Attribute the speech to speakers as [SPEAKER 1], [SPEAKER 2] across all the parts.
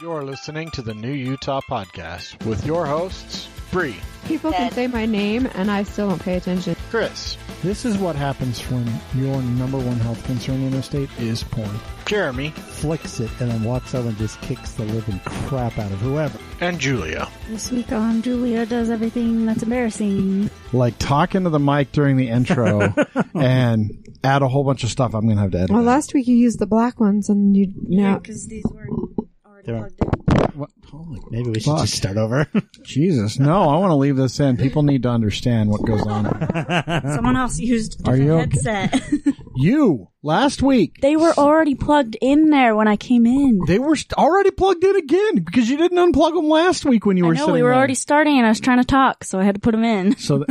[SPEAKER 1] You're listening to the New Utah Podcast with your hosts, Bree,
[SPEAKER 2] People can say my name and I still don't pay attention.
[SPEAKER 1] Chris,
[SPEAKER 3] This is what happens when your number one health concern in the state is porn.
[SPEAKER 1] Jeremy,
[SPEAKER 4] flicks it and then walks over and just kicks the living crap out of whoever.
[SPEAKER 1] and Julia.
[SPEAKER 5] This week on Julia does everything that's embarrassing.
[SPEAKER 3] Like talk into the mic during the intro and add a whole bunch of stuff I'm going to have to edit.
[SPEAKER 2] Well, last week you used the black ones and you now
[SPEAKER 5] because these weren't already
[SPEAKER 4] They're-
[SPEAKER 5] plugged in.
[SPEAKER 3] What? Holy
[SPEAKER 4] Maybe we should
[SPEAKER 3] Fuck.
[SPEAKER 4] just start over.
[SPEAKER 3] Jesus. No, I want to leave this in. People need to understand what goes on.
[SPEAKER 5] Someone else used
[SPEAKER 3] Are
[SPEAKER 5] a
[SPEAKER 3] you okay?
[SPEAKER 5] headset.
[SPEAKER 3] You, last week,
[SPEAKER 5] they were already plugged in there when I came in.
[SPEAKER 3] they were st- already plugged in again because you didn't unplug them last week when you
[SPEAKER 5] I
[SPEAKER 3] were
[SPEAKER 5] know
[SPEAKER 3] sitting
[SPEAKER 5] we were
[SPEAKER 3] there.
[SPEAKER 5] already starting, and I was trying to talk, so I had to put them in.
[SPEAKER 3] So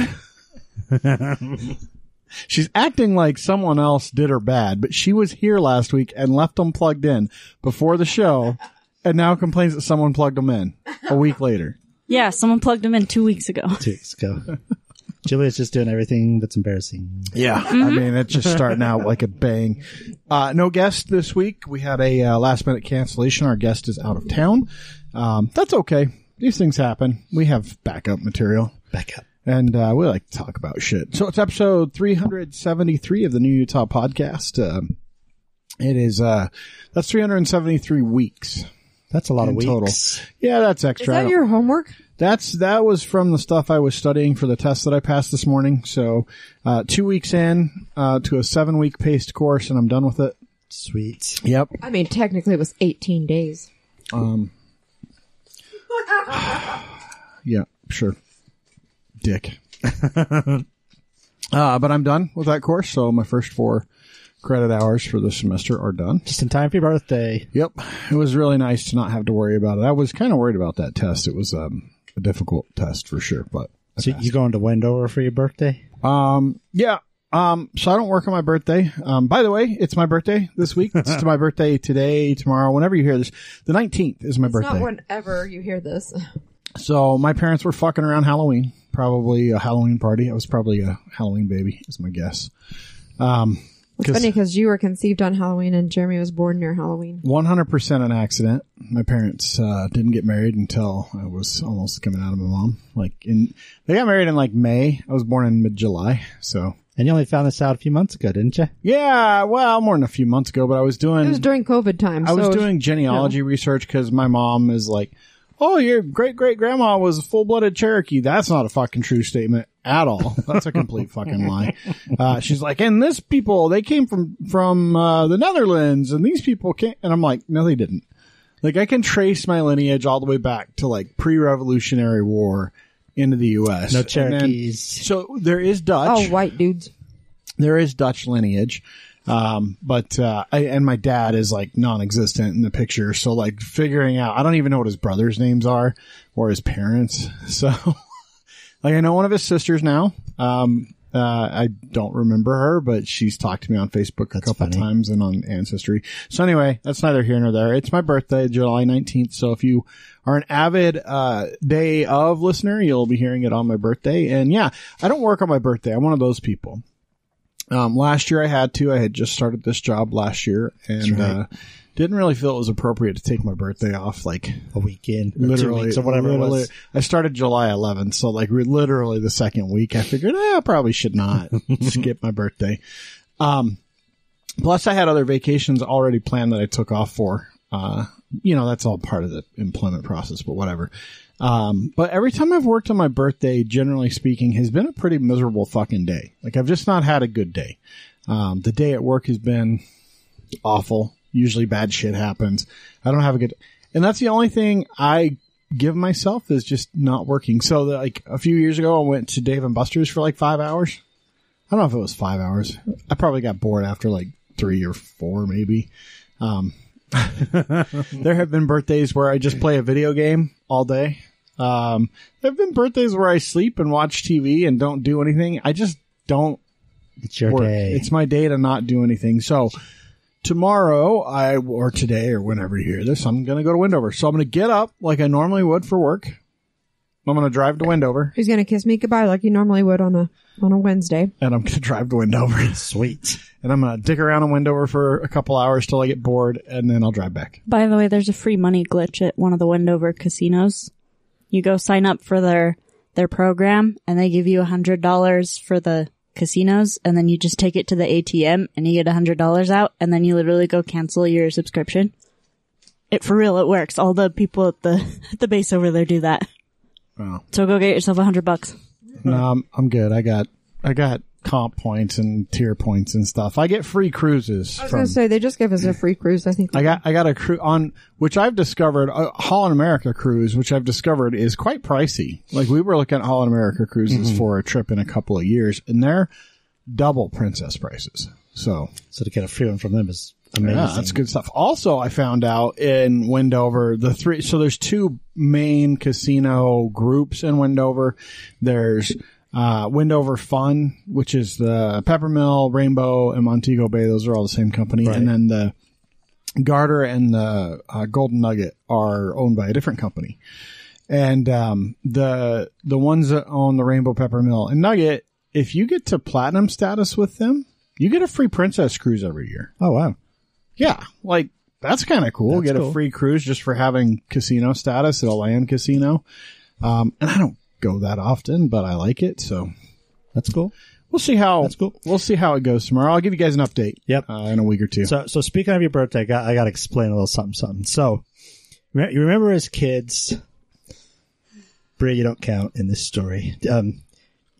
[SPEAKER 3] th- she's acting like someone else did her bad, but she was here last week and left them plugged in before the show, and now complains that someone plugged them in a week later.
[SPEAKER 5] Yeah, someone plugged them in two weeks ago.
[SPEAKER 4] Two weeks ago. Julia's just doing everything that's embarrassing.
[SPEAKER 3] Yeah,
[SPEAKER 2] Mm-hmm.
[SPEAKER 3] I mean it's just starting out like a bang. Uh, no guest this week. We had a uh, last minute cancellation. Our guest is out of town. Um, that's okay. These things happen. We have backup material.
[SPEAKER 4] Back up.
[SPEAKER 3] and uh, we like to talk about shit. So it's episode 373 of the New Utah Podcast. Um, it is uh, that's 373 weeks.
[SPEAKER 4] That's a lot
[SPEAKER 3] In
[SPEAKER 4] of weeks.
[SPEAKER 3] total. Yeah, that's
[SPEAKER 2] is
[SPEAKER 3] extra. I
[SPEAKER 2] that
[SPEAKER 3] don't-
[SPEAKER 2] your homework?
[SPEAKER 3] that's that was from the stuff I was studying for the test that I passed this morning. So uh, two weeks in uh, to a seven week paced course, and I'm done with it.
[SPEAKER 4] Sweet.
[SPEAKER 3] Yep.
[SPEAKER 2] I mean, technically it was 18 days.
[SPEAKER 3] Um, yeah, sure. Dick. uh, but I'm done with that course, so my first four credit hours for this semester are done.
[SPEAKER 4] Just in time for your birthday.
[SPEAKER 3] Yep. It was really nice to not have to worry about it. I was kind of worried about that test. It was um, a difficult test for sure, but
[SPEAKER 4] So you going to Wendover for your birthday?
[SPEAKER 3] um, yeah. Um, so I don't work on my birthday. Um, by the way, it's my birthday this week. It's to my birthday today, tomorrow, whenever you hear this. The 19th is my
[SPEAKER 2] It's
[SPEAKER 3] birthday.
[SPEAKER 2] not whenever you hear this.
[SPEAKER 3] So my parents were fucking around Halloween, probably a Halloween party. I was probably a Halloween baby, is my guess.
[SPEAKER 2] It's funny because you were conceived on Halloween and Jeremy was born near Halloween.
[SPEAKER 3] One hundred percent an accident. My parents uh, didn't get married until I was almost coming out of my mom. Like in, they got married in like May. I was born in mid July, so
[SPEAKER 4] And you only found this out a few months ago, didn't you?
[SPEAKER 3] yeah. Well, more than a few months ago, but I was doing
[SPEAKER 2] It was during COVID time.
[SPEAKER 3] Mm. I was
[SPEAKER 2] so-
[SPEAKER 3] doing genealogy research 'cause research because my mom is like, "Oh, your great great grandma was a full blooded Cherokee." That's not a fucking true statement at all. That's a complete fucking lie. Uh, she's like, "And this people they came from from uh, the Netherlands, and these people came," and I'm like, "No, they didn't." Like, I can trace my lineage all the way back to like pre-Revolutionary War into the U.S.
[SPEAKER 4] No
[SPEAKER 3] And then-
[SPEAKER 4] Cherokees.
[SPEAKER 3] so there is Dutch
[SPEAKER 2] Oh, white dudes.
[SPEAKER 3] there is Dutch lineage. Um, but, uh, I, and my dad is like non-existent in the picture. So like figuring out, I don't even know what his brother's names are or his parents. So like I know one of his sisters now. Um, uh, I don't remember her, but she's talked to me on Facebook a couple
[SPEAKER 4] funny.
[SPEAKER 3] times and on Ancestry. So anyway, that's neither here nor there. It's my birthday, July 19th. So if you are an avid, uh, day of listener, you'll be hearing it on my birthday. And yeah, I don't work on my birthday. I'm one of those people. Um, last year I had to. I had just started this job last year and
[SPEAKER 4] right.
[SPEAKER 3] uh, didn't really feel it was appropriate to take my birthday off. Like
[SPEAKER 4] A weekend. Or
[SPEAKER 3] literally,
[SPEAKER 4] two weeks or whatever it
[SPEAKER 3] literally-
[SPEAKER 4] was.
[SPEAKER 3] I started July 11th, so like re- literally the second week. I figured eh, I probably should not skip my birthday. Um, plus I had other vacations already planned that I took off for. Uh, you know that's all part of the employment process, but whatever. Um, but every time I've worked on my birthday, generally speaking, has been a pretty miserable fucking day. Like I've just not had a good day. Um, the day at work has been awful. Usually bad shit happens. I don't have a good, and that's the only thing I give myself is just not working. So that, like a few years ago, I went to Dave and Buster's for like five hours. I don't know if it was five hours. I probably got bored after like three or four, maybe. Um, there have been birthdays where I just play a video game all day. Um, there have been birthdays where I sleep and watch TV and don't do anything. I just don't
[SPEAKER 4] It's your
[SPEAKER 3] work.
[SPEAKER 4] day.
[SPEAKER 3] It's my day to not do anything. So tomorrow, I or today or whenever you hear this, I'm gonna go to Windover. So I'm gonna get up like I normally would for work. I'm going to drive to Wendover,
[SPEAKER 2] He's gonna kiss me goodbye like you normally would on a on a Wednesday.
[SPEAKER 3] and I'm going to drive to Wendover,
[SPEAKER 4] Sweet.
[SPEAKER 3] and I'm going to dick around in Wendover for a couple hours till I get bored, and then I'll drive back.
[SPEAKER 5] By the way, there's a free money glitch at one of the Wendover casinos. You go sign up for their their program, and they give you a hundred dollars for the casinos, and then you just take it to the ATM, and you get a hundred dollars out, and then you literally go cancel your subscription. It for real, it works. All the people at the at the base over there do that.
[SPEAKER 3] Wow.
[SPEAKER 5] So go get yourself a hundred bucks.
[SPEAKER 3] No, I'm, I'm good. I got I got comp points and tier points and stuff. I get free cruises
[SPEAKER 2] I was
[SPEAKER 3] from.
[SPEAKER 2] gonna say they just give us a free cruise. I think
[SPEAKER 3] I got I got a cruise on which I've discovered a Holland America cruise, which I've discovered is quite pricey. Like we were looking at Holland America cruises for a trip in a couple of years, and they're double princess prices. So
[SPEAKER 4] So to get a free one from them is amazing.
[SPEAKER 3] yeah, that's good stuff. Also, I found out in Wendover the three. So there's two main casino groups in Wendover. There's uh, Wendover Fun, which is the Peppermill, Rainbow, and Montego Bay. Those are all the same company, and then the Garter and the uh, Golden Nugget are owned by a different company. And um, the the ones that own the Rainbow Peppermill and Nugget, if you get to platinum status with them, you get a free princess cruise every year.
[SPEAKER 4] Oh wow.
[SPEAKER 3] Yeah, like that's kind of cool.
[SPEAKER 4] That's
[SPEAKER 3] Get a
[SPEAKER 4] cool.
[SPEAKER 3] free cruise just for having casino status at a land casino. Um, and I don't go that often, but I like it. So
[SPEAKER 4] That's cool.
[SPEAKER 3] we'll see how
[SPEAKER 4] That's cool.
[SPEAKER 3] we'll see how it goes tomorrow. I'll give you guys an update.
[SPEAKER 4] Yep.
[SPEAKER 3] uh, in a week or two.
[SPEAKER 4] So, so speaking of your birthday, I got, I got to explain a little something, something. So, re- you remember as kids, Brie, you don't count in this story. Um,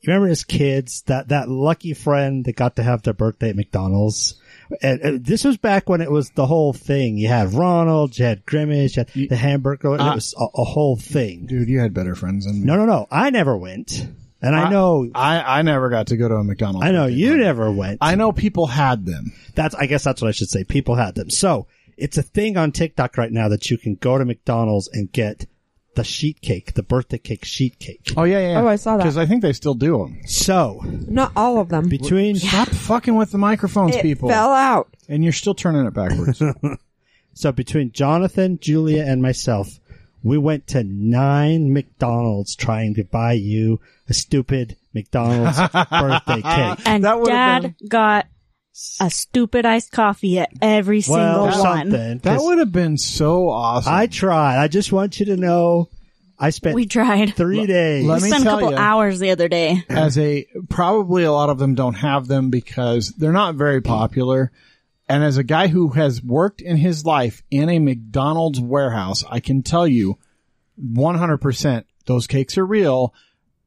[SPEAKER 4] you remember as kids that, that lucky friend that got to have their birthday at McDonald's. And, and this was back when it was the whole thing. You had Ronald, you had Grimace, you had the hamburger, and
[SPEAKER 3] Uh,
[SPEAKER 4] it was a, a whole thing.
[SPEAKER 3] Dude, you had better friends than me.
[SPEAKER 4] No, no, no. I never went. And I, know,
[SPEAKER 3] I I never got to go to a McDonald's.
[SPEAKER 4] I know
[SPEAKER 3] birthday
[SPEAKER 4] you
[SPEAKER 3] party.
[SPEAKER 4] never went.
[SPEAKER 3] I know people had them.
[SPEAKER 4] That's, I guess that's what I should say. People had them. So it's a thing on TikTok right now that you can go to McDonald's and get the sheet cake, the birthday cake sheet cake.
[SPEAKER 3] Oh yeah, yeah.
[SPEAKER 2] Oh, I saw that.
[SPEAKER 3] Because I think they still do them.
[SPEAKER 4] So
[SPEAKER 2] not all of them.
[SPEAKER 4] between,
[SPEAKER 3] Stop fucking with the microphones,
[SPEAKER 2] It
[SPEAKER 3] people.
[SPEAKER 2] fell out.
[SPEAKER 3] And you're still turning it backwards.
[SPEAKER 4] so between Jonathan, Julia and myself, we went to nine McDonald's trying to buy you a stupid McDonald's birthday cake.
[SPEAKER 5] And
[SPEAKER 3] That would've
[SPEAKER 5] Dad got a stupid iced coffee at every
[SPEAKER 4] Well,
[SPEAKER 5] single one.
[SPEAKER 4] something.
[SPEAKER 3] that
[SPEAKER 4] 'cause
[SPEAKER 3] would have been so awesome.
[SPEAKER 4] I tried. I just want you to know I spent
[SPEAKER 5] We tried.
[SPEAKER 4] three days.
[SPEAKER 3] let
[SPEAKER 5] we
[SPEAKER 3] me
[SPEAKER 5] spent a
[SPEAKER 3] tell
[SPEAKER 5] couple
[SPEAKER 3] ya.
[SPEAKER 5] hours the other day.
[SPEAKER 3] as a probably a lot of them don't have them because they're not very popular. And as a guy who has worked in his life in a McDonald's warehouse, I can tell you 100% those cakes are real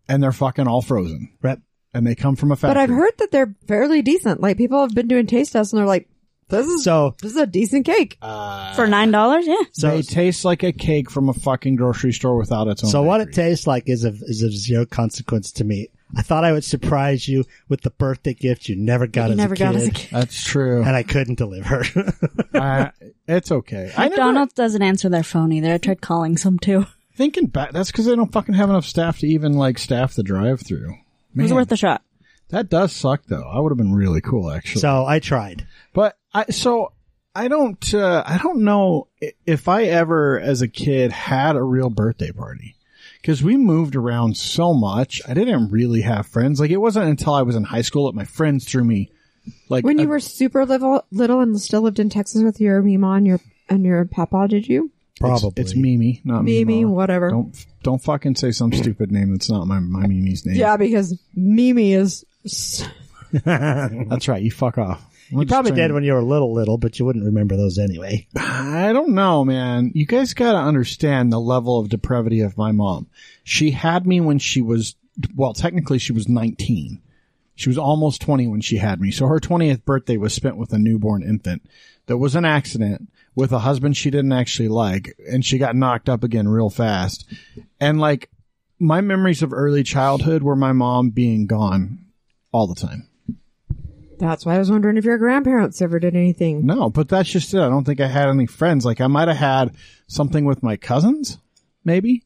[SPEAKER 3] and they're fucking all frozen
[SPEAKER 4] Rep-
[SPEAKER 3] and they come from a factory.
[SPEAKER 2] But I've heard that they're fairly decent. Like people have been doing taste tests and they're like, this is
[SPEAKER 4] So
[SPEAKER 2] this is a decent cake.
[SPEAKER 5] For nine dollars, yeah.
[SPEAKER 4] so
[SPEAKER 3] they taste like a cake from a fucking grocery store without its own.
[SPEAKER 4] So what it
[SPEAKER 3] bakery.
[SPEAKER 4] tastes like is of is of zero consequence to me. I thought I would surprise you with the birthday gift you never got,
[SPEAKER 5] You
[SPEAKER 4] as,
[SPEAKER 5] never
[SPEAKER 4] a
[SPEAKER 5] got
[SPEAKER 4] kid,
[SPEAKER 5] as a kid.
[SPEAKER 3] That's true.
[SPEAKER 4] and I couldn't deliver.
[SPEAKER 3] I, it's okay. I never,
[SPEAKER 5] McDonald's doesn't answer their phone either. I tried calling some too.
[SPEAKER 3] thinking back, that's because they don't fucking have enough staff to even like staff the drive-through.
[SPEAKER 5] It was worth a shot.
[SPEAKER 3] That does suck though. I would have been really cool actually.
[SPEAKER 4] so I tried.
[SPEAKER 3] but I so I don't uh, I don't know i- if I ever as a kid had a real birthday party because we moved around so much. I didn't really have friends. Like it wasn't until I was in high school that my friends threw me like
[SPEAKER 2] When
[SPEAKER 3] a-
[SPEAKER 2] you were super little, little and still lived in Texas with your mima and your and your papa, did you?
[SPEAKER 3] it's,
[SPEAKER 4] Probably
[SPEAKER 3] it's Mimi, not
[SPEAKER 2] Mimi,
[SPEAKER 3] Mima.
[SPEAKER 2] whatever.
[SPEAKER 3] Don't don't fucking say some stupid name that's not my my Mimi's name.
[SPEAKER 2] Yeah, because Mimi is. s-
[SPEAKER 3] that's right. You fuck off.
[SPEAKER 4] You probably did when you were little, little, but you wouldn't remember those anyway.
[SPEAKER 3] I don't know, man. You guys got to understand the level of depravity of my mom. She had me when she was, well, technically she was 19. She was almost 20 when she had me. So her 20th birthday was spent with a newborn infant that was an accident with a husband she didn't actually like. And she got knocked up again real fast. And like my memories of early childhood were my mom being gone all the time.
[SPEAKER 2] That's why I was wondering if your grandparents ever did anything.
[SPEAKER 3] No, but that's just it. I don't think I had any friends. Like I might have had something with my cousins, maybe,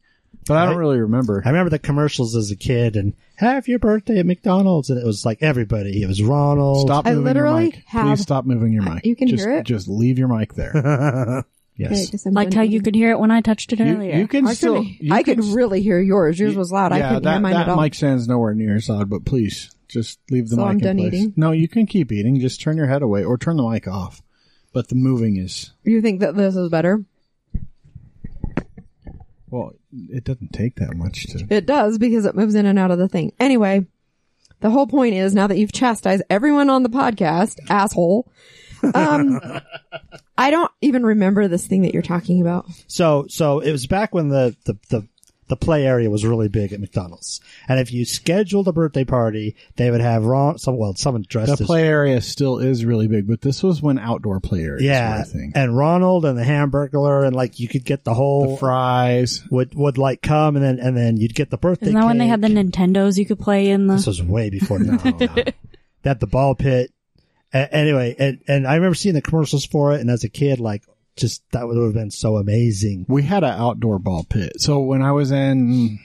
[SPEAKER 3] but I don't
[SPEAKER 4] Right.
[SPEAKER 3] really remember.
[SPEAKER 4] I remember the commercials as a kid and have your birthday at McDonald's, and it was like everybody. It was Ronald.
[SPEAKER 3] Stop
[SPEAKER 2] I
[SPEAKER 3] moving your
[SPEAKER 2] literally
[SPEAKER 3] mic.
[SPEAKER 2] have-
[SPEAKER 3] Please stop moving your mic.
[SPEAKER 2] you can
[SPEAKER 3] just,
[SPEAKER 2] hear it?
[SPEAKER 3] Just leave your mic there.
[SPEAKER 4] Yes.
[SPEAKER 2] guess I'm
[SPEAKER 5] Like
[SPEAKER 2] done
[SPEAKER 5] how you
[SPEAKER 2] eating.
[SPEAKER 5] could hear it when I touched it
[SPEAKER 3] You-
[SPEAKER 5] earlier.
[SPEAKER 3] You, can
[SPEAKER 2] I
[SPEAKER 3] still.
[SPEAKER 2] could,
[SPEAKER 3] you
[SPEAKER 2] I could
[SPEAKER 3] can s-
[SPEAKER 2] really hear yours. Yours was loud. I
[SPEAKER 3] yeah,
[SPEAKER 2] couldn't
[SPEAKER 3] that,
[SPEAKER 2] hear mine
[SPEAKER 3] that
[SPEAKER 2] at all.
[SPEAKER 3] mic stands nowhere near as loud, but please just leave the
[SPEAKER 2] So
[SPEAKER 3] mic
[SPEAKER 2] I'm
[SPEAKER 3] in
[SPEAKER 2] done
[SPEAKER 3] place.
[SPEAKER 2] eating?
[SPEAKER 3] No, you can keep eating. Just turn your head away or turn the mic off. But the moving is
[SPEAKER 2] you think that this is better?
[SPEAKER 3] well. It doesn't take that much to.
[SPEAKER 2] It does because it moves in and out of the thing. Anyway, the whole point is now that you've chastised everyone on the podcast, asshole. Um, I don't even remember this thing that you're talking about.
[SPEAKER 4] So so it was back when the, the the the play area was really big at McDonald's, and if you scheduled a birthday party, they would have wrong some well someone
[SPEAKER 3] The
[SPEAKER 4] dressed as
[SPEAKER 3] play area still is really big, but this was when outdoor play areas were
[SPEAKER 4] yeah,
[SPEAKER 3] a thing.
[SPEAKER 4] and Ronald and the Hamburglar, and like you could get the
[SPEAKER 3] The
[SPEAKER 4] whole
[SPEAKER 3] fries,
[SPEAKER 4] would would like come, and then and then you'd get the birthday.
[SPEAKER 5] Isn't that when they had the
[SPEAKER 4] cake.
[SPEAKER 5] Nintendos you could play in
[SPEAKER 4] This
[SPEAKER 5] the?
[SPEAKER 4] was way before
[SPEAKER 3] Oh,
[SPEAKER 4] that. that the ball pit. A- anyway, and and I remember seeing the commercials for it, and as a kid, like just that would have been so amazing.
[SPEAKER 3] we had an outdoor ball pit. So when I was in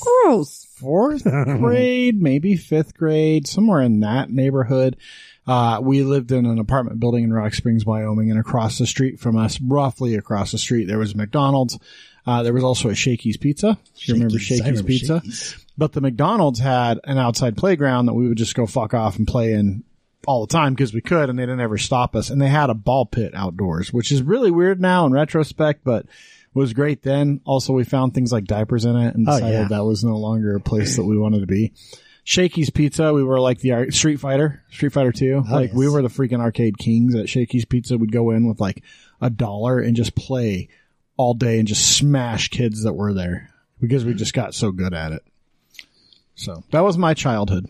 [SPEAKER 2] Gross.
[SPEAKER 3] fourth grade, maybe fifth grade, somewhere in that neighborhood, uh, we lived in an apartment building in Rock Springs, Wyoming, and across the street from us, roughly across the street, there was McDonald's. Uh, there was also a Shakey's Pizza. Do you remember
[SPEAKER 4] Shakey's, I
[SPEAKER 3] Shakey's
[SPEAKER 4] remember
[SPEAKER 3] Pizza?
[SPEAKER 4] Shakey's.
[SPEAKER 3] But the McDonald's had an outside playground that we would just go fuck off and play in all the time because we could and they didn't ever stop us. And they had a ball pit outdoors, which is really weird now in retrospect, but was great then. Also, we found things like diapers in it and
[SPEAKER 4] Oh,
[SPEAKER 3] decided
[SPEAKER 4] yeah.
[SPEAKER 3] that was no longer a place that we wanted to be. Shakey's Pizza, we were like the ar- Street Fighter, Street Fighter 2. like we
[SPEAKER 4] yes.
[SPEAKER 3] were the freaking arcade kings at Shakey's Pizza. We'd go in with like a dollar and just play all day and just smash kids that were there because we just got so good at it. So that was my childhood.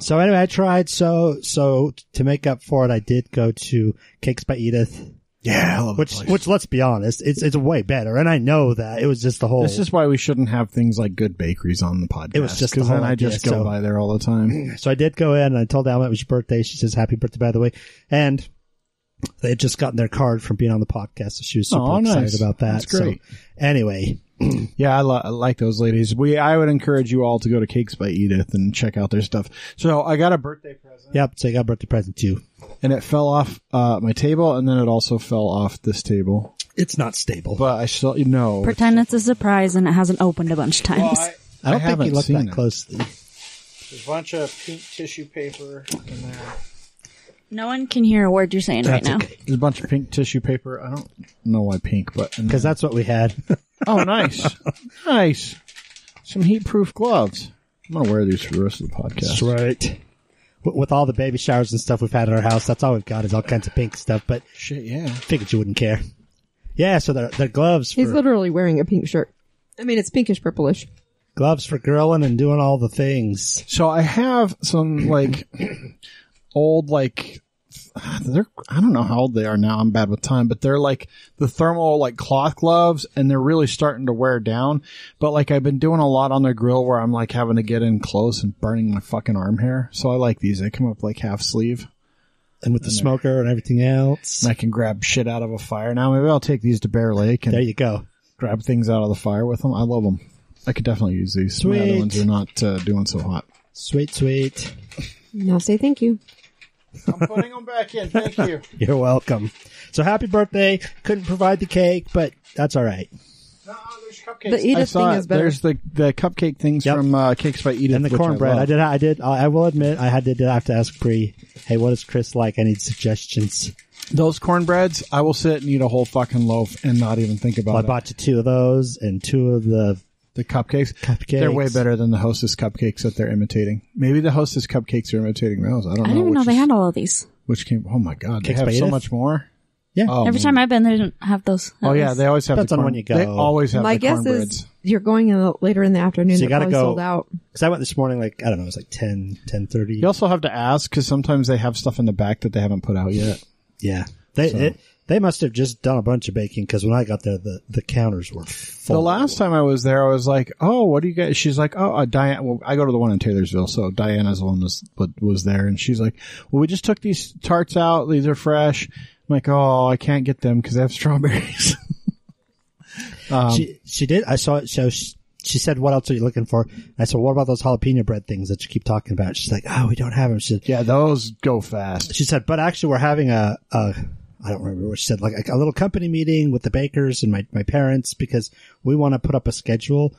[SPEAKER 4] So anyway, I tried. So so to make up for it, I did go to Cakes by Edith,
[SPEAKER 3] Yeah, I love
[SPEAKER 4] which which let's be honest, it's it's way better. And I know that it was just the whole.
[SPEAKER 3] this is why we shouldn't have things like good bakeries on the podcast.
[SPEAKER 4] It was just the
[SPEAKER 3] because then
[SPEAKER 4] whole
[SPEAKER 3] I just
[SPEAKER 4] idea,
[SPEAKER 3] go
[SPEAKER 4] so-
[SPEAKER 3] by there all the time.
[SPEAKER 4] so I did go in and I told Alma it was your birthday. She says happy birthday by the way, and they had just gotten their card from being on the podcast, so she was super
[SPEAKER 3] Oh, nice.
[SPEAKER 4] excited about that.
[SPEAKER 3] That's great.
[SPEAKER 4] So anyway,
[SPEAKER 3] Yeah, I, li- I like those ladies. We I would encourage you all to go to Cakes by Edith and check out their stuff. So I got a birthday present,
[SPEAKER 4] yep. So I got a birthday present too.
[SPEAKER 3] and it fell off uh, my table, and then it also fell off this table.
[SPEAKER 4] It's not stable.
[SPEAKER 3] But I still no.
[SPEAKER 5] Pretend it's a surprise and it hasn't opened a bunch of times.
[SPEAKER 4] I don't think
[SPEAKER 3] haven't
[SPEAKER 4] you look
[SPEAKER 3] seen
[SPEAKER 4] that
[SPEAKER 3] it.
[SPEAKER 4] closely.
[SPEAKER 3] There's a bunch of pink tissue paper in there.
[SPEAKER 5] no one can hear a word you're saying right now.
[SPEAKER 3] There's a bunch of pink tissue paper. I don't know why pink, but
[SPEAKER 4] Because that's what we had.
[SPEAKER 3] oh, nice, nice. Some heat-proof gloves. I'm gonna wear these for the rest of the podcast.
[SPEAKER 4] right. With all the baby showers and stuff we've had at our house, that's all we've got is all kinds of pink stuff. But
[SPEAKER 3] Shit, yeah.
[SPEAKER 4] figured you wouldn't care. Yeah, so they're, they're gloves
[SPEAKER 2] He's
[SPEAKER 4] for
[SPEAKER 2] literally wearing a pink shirt. I mean, it's pinkish purplish.
[SPEAKER 4] gloves for grilling and doing all the things.
[SPEAKER 3] So I have some like old like they're I don't know how old they are now. I'm bad with time, but they're like the thermal like cloth gloves, and they're really starting to wear down. But like I've been doing a lot on the grill where I'm like having to get in close and burning my fucking arm hair. So I like these. They come up like half sleeve.
[SPEAKER 4] And with the smoker and everything else.
[SPEAKER 3] and I can grab shit out of a fire now. Maybe I'll take these to Bear Lake and
[SPEAKER 4] There you go.
[SPEAKER 3] grab things out of the fire with them. I love them. I could definitely use these. My other
[SPEAKER 4] Sweet.
[SPEAKER 3] ones are not uh, doing so hot.
[SPEAKER 4] Sweet, sweet.
[SPEAKER 2] Now say thank you.
[SPEAKER 3] I'm putting them back in. Thank you.
[SPEAKER 4] You're welcome. So happy birthday. Couldn't provide the cake, but that's all right.
[SPEAKER 2] The Edith thing is better.
[SPEAKER 3] There's the the cupcake things
[SPEAKER 4] Yep.
[SPEAKER 3] from uh, Cakes by Edith
[SPEAKER 4] And the
[SPEAKER 3] which
[SPEAKER 4] cornbread. I,
[SPEAKER 3] love.
[SPEAKER 4] did, I did, I will admit, I had to, did have to ask Bree, hey, what is Chris like? I need suggestions.
[SPEAKER 3] Those cornbreads, I will sit and eat a whole fucking loaf and not even think about
[SPEAKER 4] Well, I
[SPEAKER 3] it.
[SPEAKER 4] bought you two of those and two of the
[SPEAKER 3] the cupcakes.
[SPEAKER 4] Cupcakes.
[SPEAKER 3] They're way better than the Hostess cupcakes that they're imitating. Maybe the Hostess cupcakes are imitating those. I don't
[SPEAKER 5] I
[SPEAKER 3] know.
[SPEAKER 5] didn't even
[SPEAKER 3] which
[SPEAKER 5] know they
[SPEAKER 3] is-
[SPEAKER 5] had all of these.
[SPEAKER 3] Which came? Oh my god!
[SPEAKER 4] Cakes
[SPEAKER 3] they
[SPEAKER 4] by
[SPEAKER 3] have so
[SPEAKER 4] Edith?
[SPEAKER 3] much more.
[SPEAKER 4] Yeah.
[SPEAKER 3] Oh,
[SPEAKER 5] Every
[SPEAKER 3] man.
[SPEAKER 5] time I've been, they didn't have those.
[SPEAKER 3] Oh yeah, they always have.
[SPEAKER 4] Depends
[SPEAKER 3] the
[SPEAKER 4] on
[SPEAKER 3] corn-
[SPEAKER 4] when you go.
[SPEAKER 3] They always have
[SPEAKER 2] My
[SPEAKER 3] the
[SPEAKER 2] guess
[SPEAKER 3] cornbreads.
[SPEAKER 2] is you're going in the, later in the afternoon.
[SPEAKER 4] So you
[SPEAKER 2] They're
[SPEAKER 4] gotta
[SPEAKER 2] probably
[SPEAKER 4] go-
[SPEAKER 2] sold out.
[SPEAKER 4] Because I went this morning, like, I don't know, it was like 10, 10.30.
[SPEAKER 3] You also have to ask because sometimes they have stuff in the back that they haven't put out yet.
[SPEAKER 4] Yeah. They, it, they must have just done a bunch of baking because when I got there, the, the counters were full.
[SPEAKER 3] The last time I was there, I was like, "Oh, what do you guys?" She's like, "Oh, uh, Diane." Well, I go to the one in Taylorsville, so Diana's the one was but was there, and she's like, "Well, we just took these tarts out; these are fresh." I'm like, "Oh, I can't get them because I have strawberries." Um,
[SPEAKER 4] she, she did, I saw it, so she, she said, what else are you looking for? I said, what about those jalapeno bread things that you keep talking about? She's like, oh, we don't have them. She said,
[SPEAKER 3] yeah, those go fast.
[SPEAKER 4] she said, but actually we're having a, a, I don't remember what she said, like a, a little company meeting with the bakers and my, my parents because we want to put up a schedule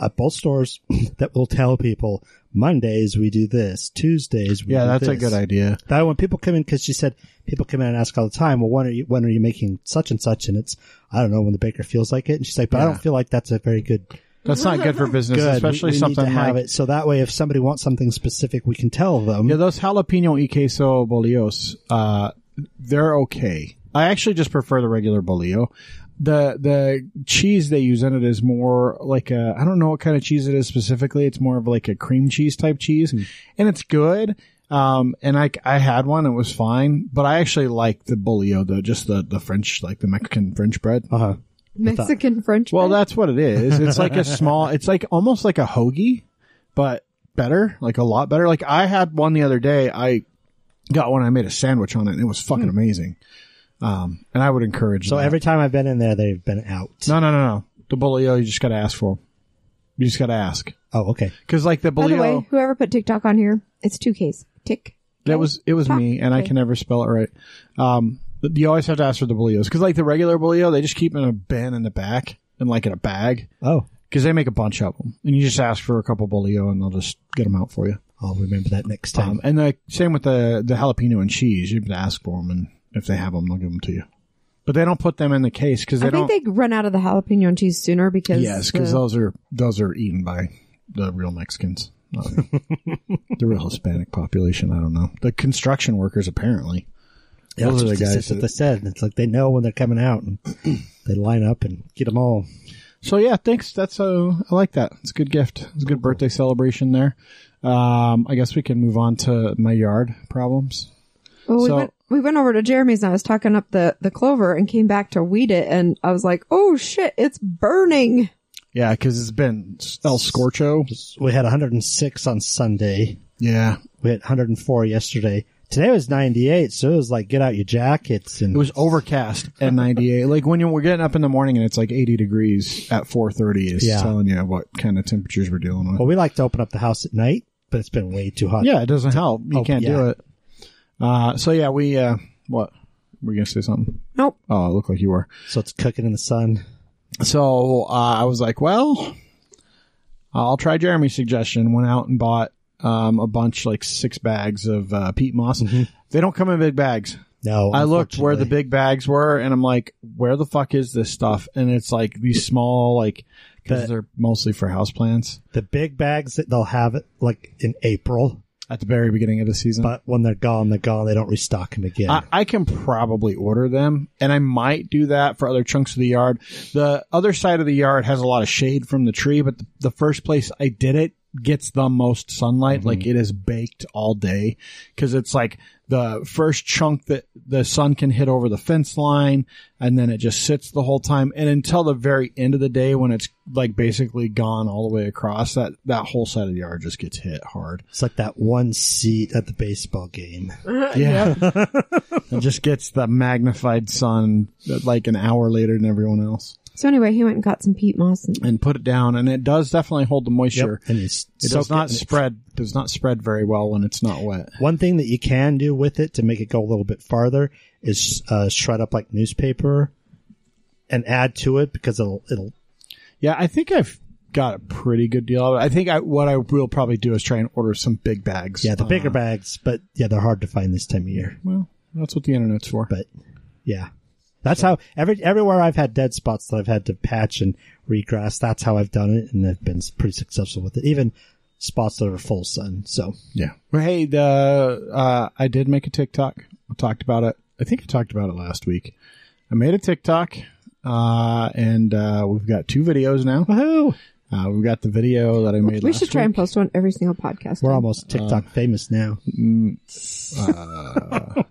[SPEAKER 4] at both stores that will tell people Mondays we do this, Tuesdays we
[SPEAKER 3] Yeah,
[SPEAKER 4] do
[SPEAKER 3] that's a
[SPEAKER 4] this."
[SPEAKER 3] good idea.
[SPEAKER 4] That when people come in, because she said people come in and ask all the time, well, when are you when are you making such and such? And it's I don't know when the baker feels like it. And she's like, but I don't feel like that's a very good
[SPEAKER 3] That's not good for business,
[SPEAKER 4] good. We-
[SPEAKER 3] especially
[SPEAKER 4] we need
[SPEAKER 3] something
[SPEAKER 4] to have
[SPEAKER 3] like
[SPEAKER 4] it so that way if somebody wants something specific, we can tell them.
[SPEAKER 3] yeah, those jalapeno y queso bolios. Uh, they're okay. I actually just prefer the regular bolillo. The the cheese they use in it is more like a I don't know what kind of cheese it is specifically. It's more of like a cream cheese type cheese, and it's good. Um, and I, I had one, it was fine, but I actually like the bolillo, the just the the French like the Mexican French bread.
[SPEAKER 4] Uh huh.
[SPEAKER 2] Mexican French.
[SPEAKER 3] Well,
[SPEAKER 2] bread?
[SPEAKER 3] that's what it is. It's like a small, it's like almost like a hoagie, but better, like a lot better. Like I had one the other day. I got one. I made a sandwich on it and it was fucking amazing. Um, and I would encourage
[SPEAKER 4] So
[SPEAKER 3] that.
[SPEAKER 4] every time I've been in there, they've been out.
[SPEAKER 3] no, no, no, no. The bolillo, you just got to ask for 'em. You just got to ask.
[SPEAKER 4] Oh, okay.
[SPEAKER 3] Cause like the
[SPEAKER 2] by the
[SPEAKER 3] bolillo,
[SPEAKER 2] way, whoever put TikTok on here, it's two K's. Tick.
[SPEAKER 3] That was it was me, and I can never spell it right. Um, but you always have to ask for the bolillos because, like the regular bolillo, they just keep in a bin in the back and like in a bag
[SPEAKER 4] Oh,
[SPEAKER 3] because they make a bunch of them, and you just ask for a couple bolillo, and they'll just get them out for you.
[SPEAKER 4] I'll remember that next time.
[SPEAKER 3] Um, and the same with the the jalapeno and cheese, you have to ask for them, and if they have them, they'll give them to you. But they don't put them in the case because they
[SPEAKER 2] I
[SPEAKER 3] don't.
[SPEAKER 2] think they run out of the jalapeno and cheese sooner because
[SPEAKER 3] yes, because
[SPEAKER 2] the-
[SPEAKER 3] those are those are eaten by the real Mexicans, not the real Hispanic population. I don't know the construction workers apparently.
[SPEAKER 4] Yeah,
[SPEAKER 3] Those are the
[SPEAKER 4] it's just-
[SPEAKER 3] guys
[SPEAKER 4] That's what
[SPEAKER 3] that-
[SPEAKER 4] they said. It's like they know when they're coming out, and they line up and get them all.
[SPEAKER 3] So yeah, thanks. That's uh, I like that. It's a good gift. It's a good birthday celebration there. Um, I guess we can move on to my yard problems.
[SPEAKER 2] Well, we,
[SPEAKER 3] So-
[SPEAKER 2] went, we went over to Jeremy's and I was talking up the, the clover and came back to weed it and I was like, oh shit, it's burning.
[SPEAKER 3] Yeah, because it's been El Scorcho.
[SPEAKER 4] We had 106 on Sunday.
[SPEAKER 3] Yeah,
[SPEAKER 4] We had 104 yesterday. Today was 98, so it was like get out your jackets and
[SPEAKER 3] it was overcast at 98. like when you were getting up in the morning and it's like 80 degrees at 4:30, it's
[SPEAKER 4] Yeah. Oh,
[SPEAKER 3] telling you what kind of temperatures we're dealing with.
[SPEAKER 4] Well, we like to open up the house at night, but it's been way too hot.
[SPEAKER 3] yeah, it doesn't help. You
[SPEAKER 4] Oh,
[SPEAKER 3] can't do
[SPEAKER 4] yeah.
[SPEAKER 3] it. Uh, so yeah, we uh, what were you gonna say something?
[SPEAKER 2] Nope.
[SPEAKER 3] Oh, it looked like you were.
[SPEAKER 4] So it's cooking in the sun.
[SPEAKER 3] So uh, I was like, well, I'll try Jeremy's suggestion. Went out and bought um, a bunch, like six bags of uh, peat moss.
[SPEAKER 4] Mm-hmm.
[SPEAKER 3] They don't come in big bags.
[SPEAKER 4] No,
[SPEAKER 3] I looked where the
[SPEAKER 4] unfortunately.
[SPEAKER 3] big bags were, and I'm like, where the fuck is this stuff? And it's like these small, like, because
[SPEAKER 4] But-
[SPEAKER 3] they're mostly for houseplants
[SPEAKER 4] the big bags that they'll have it like in April,
[SPEAKER 3] at the very beginning of the season.
[SPEAKER 4] but when they're gone, they're gone. They don't restock them again.
[SPEAKER 3] I, I can probably order them, and I might do that for other chunks of the yard. The other side of the yard has a lot of shade from the tree, but the, the first place I did it gets the most sunlight. Like it is baked all day because it's like the first chunk that the sun can hit over the fence line, and then it just sits the whole time, and until the very end of the day when it's like basically gone all the way across that that whole side of the yard just gets hit hard.
[SPEAKER 4] it's like that one seat at the baseball game.
[SPEAKER 3] Yeah. it just gets the magnified sun uh, like an hour later than everyone else
[SPEAKER 2] So anyway, he went and got some peat moss and
[SPEAKER 3] and put it down. And it does definitely hold the moisture.
[SPEAKER 4] And you s-
[SPEAKER 3] It
[SPEAKER 4] soak
[SPEAKER 3] does not
[SPEAKER 4] in it.
[SPEAKER 3] spread, does not spread very well when it's not wet.
[SPEAKER 4] One thing that you can do with it to make it go a little bit farther is uh, shred up like newspaper and add to it because it'll it'll
[SPEAKER 3] Yeah. I think I've got a pretty good deal of it. I think I, what I will probably do is try and order some big bags.
[SPEAKER 4] yeah the bigger
[SPEAKER 3] Uh,
[SPEAKER 4] bags, but yeah they're hard to find this time of year.
[SPEAKER 3] Well, that's what the internet's for.
[SPEAKER 4] But yeah, that's how every everywhere I've had dead spots that I've had to patch and regrass. That's how I've done it, and I've been pretty successful with it. Even spots that are full sun. So
[SPEAKER 3] Yeah. Well, hey, the uh, I did make a TikTok. I talked about it. I think I talked about it last week. I made a TikTok, uh, and uh, we've got two videos now. Woohoo! Uh, we've got the video that I made.
[SPEAKER 2] we
[SPEAKER 3] last
[SPEAKER 2] should try and
[SPEAKER 3] week.
[SPEAKER 2] post one every single podcast.
[SPEAKER 4] we're almost TikTok famous now.
[SPEAKER 2] I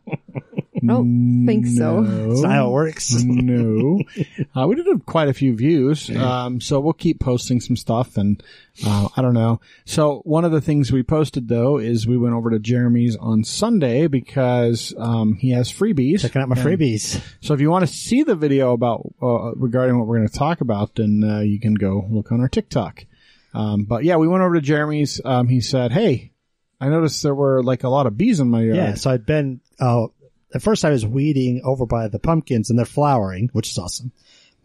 [SPEAKER 2] don't think so.
[SPEAKER 4] That's not how it works.
[SPEAKER 3] Mm. no, uh, we did have quite a few views, um, so we'll keep posting some stuff. And uh, I don't know. So one of the things we posted though is we went over to Jeremy's on Sunday because um, he has freebies.
[SPEAKER 4] Checking out my
[SPEAKER 3] And-
[SPEAKER 4] freebies.
[SPEAKER 3] So if you want to see the video about uh, regarding what we're going to talk about, then uh, you can go look on our TikTok. Um, but yeah, we went over to Jeremy's. Um, he said, "Hey, I noticed there were like a lot of bees in my yard."
[SPEAKER 4] Yeah, so I'd been uh, the first time I was weeding over by the pumpkins and they're flowering, which is awesome.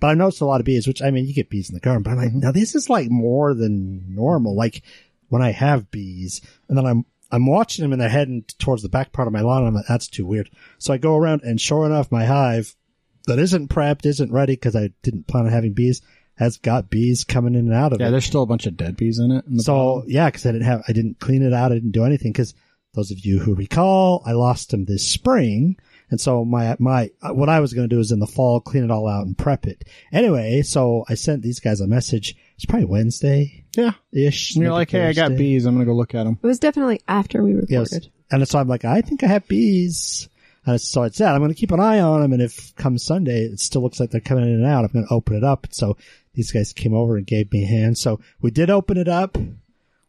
[SPEAKER 4] But I noticed a lot of bees, which I mean, you get bees in the garden, but I'm like, now this is like more than normal. Like when I have bees and then I'm, I'm watching them and they're heading towards the back part of my lawn. And I'm like, that's too weird. So I go around and sure enough, my hive that isn't prepped, isn't ready because I didn't plan on having bees has got bees coming in and out of it.
[SPEAKER 3] Yeah, there's still a bunch of dead bees in it. in the
[SPEAKER 4] So yeah, because I didn't have, I didn't clean it out. I didn't do anything. Because those of you who recall, I lost them this spring, and so my my uh, what I was going to do is in the fall clean it all out and prep it. Anyway, so I sent these guys a message. It's probably Wednesday
[SPEAKER 3] yeah.
[SPEAKER 4] ish.
[SPEAKER 3] And you're like, hey, I got bees. I'm gonna go look at them.
[SPEAKER 2] It was definitely after we recorded.
[SPEAKER 4] Yes, and so I'm like, I think I have bees. And so I said, I'm going to keep an eye on them. And if come Sunday, it still looks like they're coming in and out, I'm going to open it up. So these guys came over and gave me a hand. So we did open it up.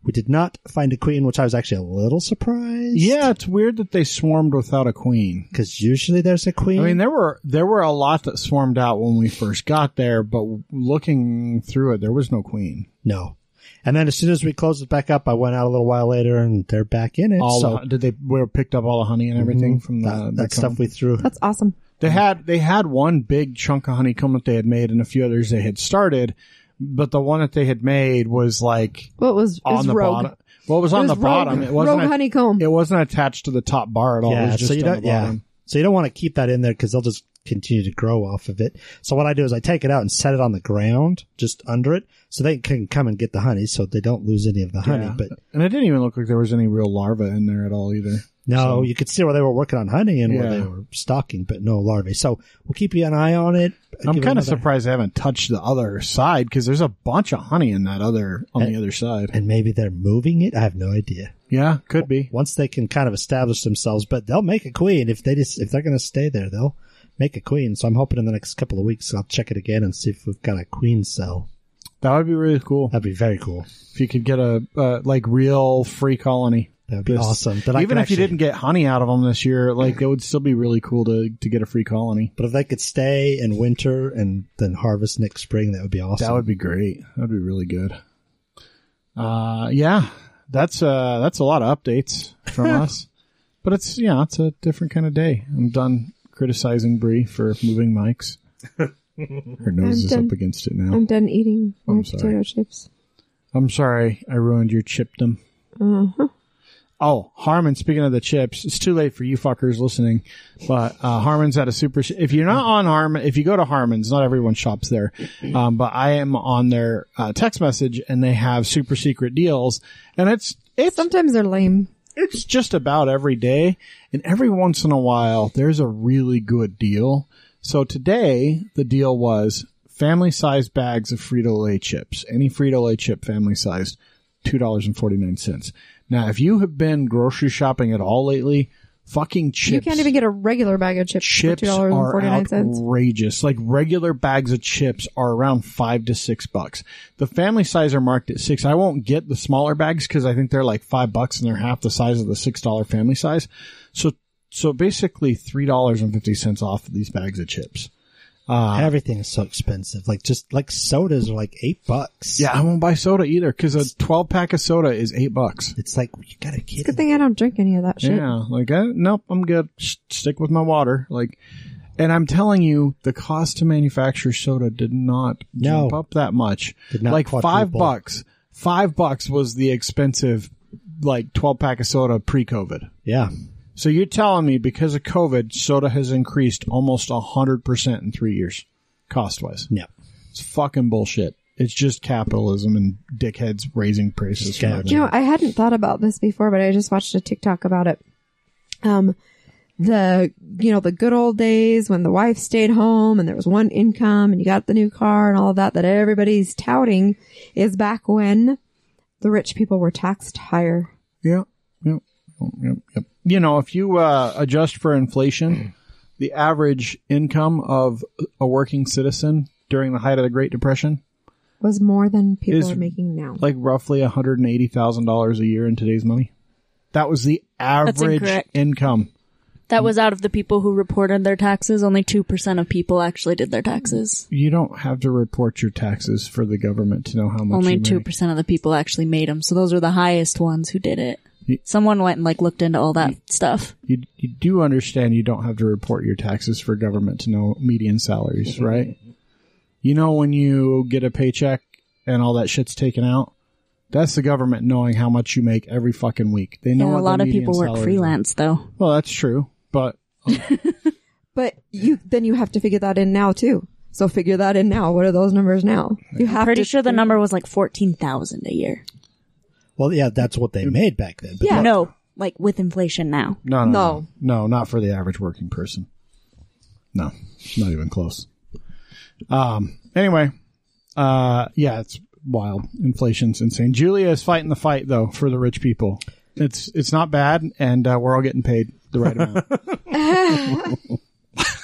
[SPEAKER 4] We did not find a queen, which I was actually a little surprised.
[SPEAKER 3] Yeah, it's weird that they swarmed without a queen.
[SPEAKER 4] Cause usually there's a queen.
[SPEAKER 3] I mean, there were there were a lot that swarmed out when we first got there, but looking through it, there was no queen.
[SPEAKER 4] no. And then as soon as we closed it back up, I went out a little while later and they're back in it.
[SPEAKER 3] All uh,
[SPEAKER 4] so
[SPEAKER 3] the, did they were picked up all the honey and everything from the,
[SPEAKER 4] that,
[SPEAKER 3] the
[SPEAKER 4] that stuff
[SPEAKER 3] comb?
[SPEAKER 4] we threw.
[SPEAKER 2] That's awesome.
[SPEAKER 3] They had they had one big chunk of honeycomb that they had made, and a few others they had started, but the one that they had made was like
[SPEAKER 2] Well, it was, it
[SPEAKER 3] on
[SPEAKER 2] was
[SPEAKER 3] the
[SPEAKER 2] rogue.
[SPEAKER 3] bottom. Well, it was on
[SPEAKER 2] was
[SPEAKER 3] the bottom.
[SPEAKER 2] rogue-
[SPEAKER 3] It wasn't
[SPEAKER 2] rogue
[SPEAKER 3] a-
[SPEAKER 2] honeycomb.
[SPEAKER 3] It wasn't attached to the top bar at all. it
[SPEAKER 4] Yeah,
[SPEAKER 3] was just
[SPEAKER 4] so you
[SPEAKER 3] on
[SPEAKER 4] don't.
[SPEAKER 3] the
[SPEAKER 4] Yeah,
[SPEAKER 3] bottom.
[SPEAKER 4] so you don't want to keep that in there because they'll just continue to grow off of it. So what I do is I take it out and set it on the ground just under it, so they can come and get the honey, so they don't lose any of the honey.
[SPEAKER 3] Yeah.
[SPEAKER 4] But
[SPEAKER 3] and it didn't even look like there was any real larva in there at all either.
[SPEAKER 4] no,
[SPEAKER 3] So-
[SPEAKER 4] you could see where they were working on honey and where
[SPEAKER 3] Yeah.
[SPEAKER 4] they were stocking, but no larvae. So we'll keep you an eye on it.
[SPEAKER 3] I'm
[SPEAKER 4] Give it
[SPEAKER 3] kind of
[SPEAKER 4] another-
[SPEAKER 3] surprised they haven't touched the other side because there's a bunch of honey in that other on
[SPEAKER 4] And-
[SPEAKER 3] the other side.
[SPEAKER 4] And maybe they're moving it. I have no idea.
[SPEAKER 3] Yeah, could be.
[SPEAKER 4] Once they can kind of establish themselves, but they'll make a queen if they just if they're going to stay there, they'll make a queen. So I'm hoping in the next couple of weeks I'll check it again and see if we've got a queen cell.
[SPEAKER 3] That would be really cool
[SPEAKER 4] That'd be very cool.
[SPEAKER 3] if you could get a uh, like real free colony.
[SPEAKER 4] That'd be
[SPEAKER 3] Just-
[SPEAKER 4] awesome. That I
[SPEAKER 3] Even
[SPEAKER 4] could
[SPEAKER 3] if you
[SPEAKER 4] actually-
[SPEAKER 3] didn't get honey out of them this year, like it would still be really cool to to get a free colony.
[SPEAKER 4] but if they could stay and winter and then harvest next spring, that would be awesome.
[SPEAKER 3] That would be great. That would be really good. Uh, yeah, that's uh that's a lot of updates from us, but it's yeah, it's a different kind of day. I'm done criticizing Bree for moving mics. Her nose
[SPEAKER 2] I'm
[SPEAKER 3] is
[SPEAKER 2] done.
[SPEAKER 3] up against it now.
[SPEAKER 2] I'm done eating my
[SPEAKER 3] I'm sorry.
[SPEAKER 2] potato chips.
[SPEAKER 3] I'm sorry, I ruined your chipdom. Oh, Harmon, speaking of the chips, it's too late for you fuckers listening, but uh, Harmon's at a super. Sh- if you're not on Harmon, if you go to Harmon's, not everyone shops there, um, but I am on their uh, text message and they have super secret deals, and it's it's
[SPEAKER 2] Sometimes they're lame.
[SPEAKER 3] it's just about every day and every once in a while there's a really good deal so today the deal was family sized bags of frito-lay chips any frito-lay chip family sized $2.49 now if you have been grocery shopping at all lately fucking chips
[SPEAKER 2] You can't even get a regular bag of chips
[SPEAKER 3] chips
[SPEAKER 2] for
[SPEAKER 3] are
[SPEAKER 2] $2.49.
[SPEAKER 3] outrageous. Like regular bags of chips are around five to six bucks. The family size are marked at six. I won't get the smaller bags because I think they're like five bucks and they're half the size of the six dollar family size. So so basically three dollars and fifty cents off of these bags of chips.
[SPEAKER 4] Everything is so expensive. Like just like sodas are like eight bucks.
[SPEAKER 3] Yeah, I won't buy soda either because a twelve pack of soda is eight bucks.
[SPEAKER 4] it's like you gotta get
[SPEAKER 2] Good thing I don't drink any of that shit.
[SPEAKER 3] Yeah, like I, nope, I'm good. S- Stick with my water. Like, and I'm telling you, the cost to manufacture soda did not
[SPEAKER 4] No.
[SPEAKER 3] jump up that much.
[SPEAKER 4] Did not
[SPEAKER 3] like five
[SPEAKER 4] quadruple.
[SPEAKER 3] bucks. Five bucks was the expensive, like twelve pack of soda pre-COVID.
[SPEAKER 4] Yeah,
[SPEAKER 3] So you're telling me because of COVID, soda has increased almost hundred percent in three years, cost wise.
[SPEAKER 4] yeah.
[SPEAKER 3] It's fucking bullshit. It's just capitalism and dickheads raising prices. for
[SPEAKER 4] Scavenging.
[SPEAKER 2] You know, I hadn't thought about this before, but I just watched a TikTok about it. Um, the, you know, the good old days when the wife stayed home and there was one income and you got the new car and all of that that everybody's touting is back when the rich people were taxed higher.
[SPEAKER 3] Yeah. Yep. Yep. Yep. You know, if you uh, adjust for inflation, the average income of a working citizen during the height of the Great Depression,
[SPEAKER 2] Was more than people
[SPEAKER 3] Is-
[SPEAKER 2] are making now.
[SPEAKER 3] like roughly $180,000 a year in today's money. That was the average
[SPEAKER 5] incorrect.
[SPEAKER 3] income.
[SPEAKER 5] That was out of the people who reported their taxes. Only 2% of people actually did their taxes.
[SPEAKER 3] You don't have to report your taxes for the government to know how much
[SPEAKER 5] Only
[SPEAKER 3] you make.
[SPEAKER 5] 2% of the people actually made them. So those are the highest ones who did it. Someone went and like looked into all that stuff.
[SPEAKER 3] You, you do understand you don't have to report your taxes for government to know median salaries,
[SPEAKER 5] Mm-hmm.
[SPEAKER 3] right? You know when you get a paycheck and all that shit's taken out? That's the government knowing how much you make every fucking week. They know
[SPEAKER 5] Yeah,
[SPEAKER 3] what
[SPEAKER 5] a
[SPEAKER 3] the
[SPEAKER 5] lot of
[SPEAKER 3] median
[SPEAKER 5] people work
[SPEAKER 3] salaries are.
[SPEAKER 5] freelance though.
[SPEAKER 3] Well, that's true, but
[SPEAKER 2] But you then you have to figure that in now too. So figure that in now. What are those numbers now? You have
[SPEAKER 5] Pretty
[SPEAKER 2] to
[SPEAKER 5] sure the number was like fourteen thousand a year.
[SPEAKER 4] Well, yeah, that's what they made back then. But
[SPEAKER 2] Yeah.
[SPEAKER 5] No, like with inflation now.
[SPEAKER 3] no, no, no,
[SPEAKER 2] No.
[SPEAKER 3] no, not for the average working person. No, not even close. Um. Anyway, uh, yeah, it's wild. Inflation's insane. Julia is fighting the fight though for the rich people. It's it's not bad, and uh, we're all getting paid the right amount.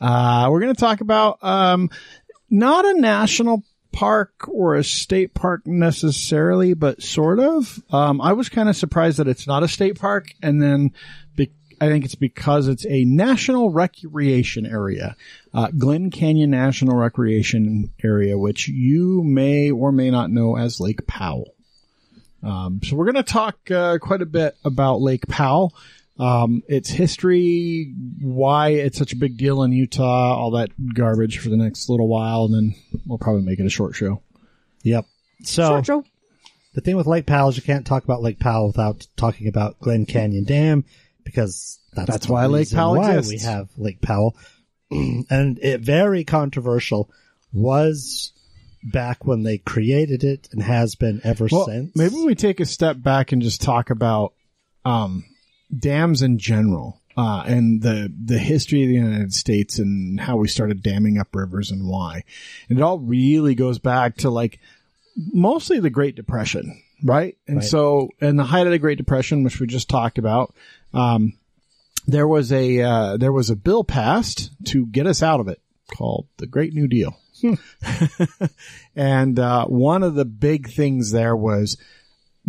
[SPEAKER 3] uh, we're going to talk about um, not a national park or a state park necessarily, but sort of. Um, I was kind of surprised that it's not a state park, and then be- I think it's because it's a national recreation area, uh, Glen Canyon National Recreation Area, which you may or may not know as Lake Powell. Um, so we're going to talk uh, quite a bit about Lake Powell, um, its history, why it's such a big deal in Utah, all that garbage for the next little while, and then we'll probably make it a short show.
[SPEAKER 4] Yep. So
[SPEAKER 2] Sure, Joe.
[SPEAKER 4] the thing with Lake Powell is you can't talk about Lake Powell without talking about Glen Canyon Dam because that's,
[SPEAKER 3] That's
[SPEAKER 4] the
[SPEAKER 3] why Lake
[SPEAKER 4] reason
[SPEAKER 3] Powell
[SPEAKER 4] why We
[SPEAKER 3] exists.
[SPEAKER 4] have Lake Powell, and it very controversial was back when they created it and has been ever
[SPEAKER 3] Well,
[SPEAKER 4] since.
[SPEAKER 3] maybe we take a step back and just talk about um, dams in general uh, and the the history of the United States and how we started damming up rivers and why. And it all really goes back to like mostly the Great Depression, right? And
[SPEAKER 4] Right.
[SPEAKER 3] so, in the height of the Great Depression, which we just talked about, um, there was a uh, there was a bill passed to get us out of it called the Great New Deal. And uh, one of the big things there was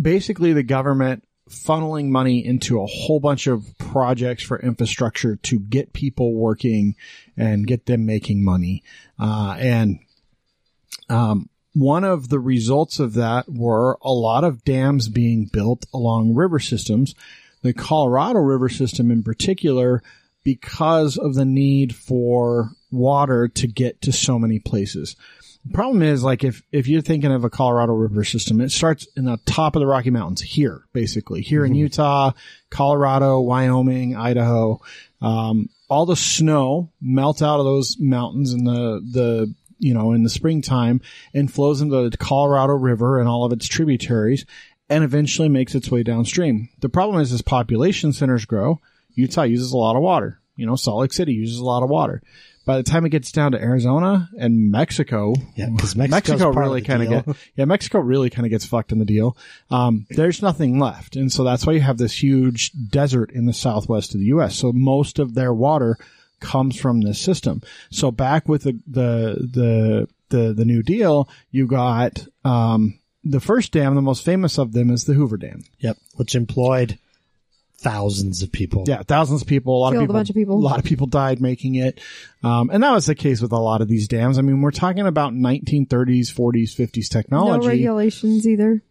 [SPEAKER 3] basically the government funneling money into a whole bunch of projects for infrastructure to get people working and get them making money. Uh, and um, one of the results of that were a lot of dams being built along river systems, the Colorado River system in particular, because of the need for water to get to so many places. The problem is, like, if, if you're thinking of a Colorado River system, it starts in the top of the Rocky Mountains here, basically, here in Utah, Colorado, Wyoming, Idaho. Um, all the snow melts out of those mountains in the, the, you know, in the springtime and flows into the Colorado River and all of its tributaries and eventually makes its way downstream. The problem is as population centers grow, Utah uses a lot of water. You know, Salt Lake City uses a lot of water. By the time it gets down to Arizona and Mexico,
[SPEAKER 4] yeah, because
[SPEAKER 3] Mexico really kind of get yeah Mexico really kind of gets fucked in the deal. Um, there's nothing left, and so that's why you have this huge desert in the southwest of the U.S. So most of their water comes from this system. So back with the the the the, the New Deal, you got um, the first dam, the most famous of them is the Hoover Dam.
[SPEAKER 4] Yep, which employed thousands of people.
[SPEAKER 3] Yeah, thousands of people. A lot
[SPEAKER 2] Killed
[SPEAKER 3] of
[SPEAKER 2] a
[SPEAKER 3] people.
[SPEAKER 2] bunch of people.
[SPEAKER 3] A lot of people died making it, um, and that was the case with a lot of these dams. I mean, we're talking about 1930s, 40s, 50s
[SPEAKER 2] No
[SPEAKER 3] technology.
[SPEAKER 2] regulations either.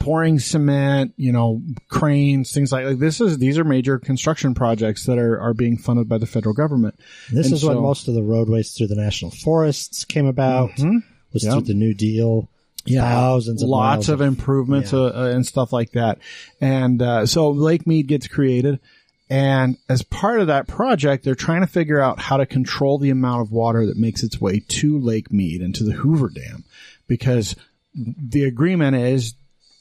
[SPEAKER 3] pouring cement, you know, cranes, things like, like this is these are major construction projects that are, are being funded by the federal government.
[SPEAKER 4] This
[SPEAKER 3] And
[SPEAKER 4] is when
[SPEAKER 3] so-
[SPEAKER 4] most of the roadways through the national forests came about.
[SPEAKER 3] Mm-hmm.
[SPEAKER 4] Was
[SPEAKER 3] Yep.
[SPEAKER 4] through the New Deal. thousands of
[SPEAKER 3] lots
[SPEAKER 4] miles
[SPEAKER 3] of improvements uh, uh, and stuff like that. And uh, so Lake Mead gets created, and as part of that project, they're trying to figure out how to control the amount of water that makes its way to Lake Mead and to the Hoover Dam, because the agreement is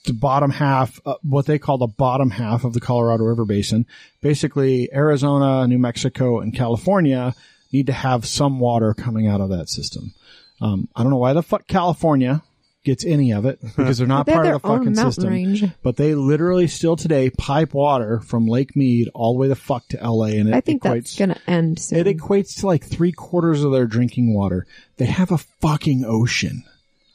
[SPEAKER 3] the bottom half, uh, what they call the bottom half of the Colorado River Basin, basically Arizona, New Mexico, and California need to have some water coming out of that system. Um, I don't know why the fuck California gets any of it because they're not
[SPEAKER 2] They have
[SPEAKER 3] part of the
[SPEAKER 2] their
[SPEAKER 3] fucking
[SPEAKER 2] own mountain
[SPEAKER 3] system.
[SPEAKER 2] range.
[SPEAKER 3] But they literally still today pipe water from Lake Mead all the way the fuck to LA, and it
[SPEAKER 2] I think
[SPEAKER 3] equates
[SPEAKER 2] that's gonna end soon.
[SPEAKER 3] it equates to like three quarters of their drinking water. They have a fucking ocean.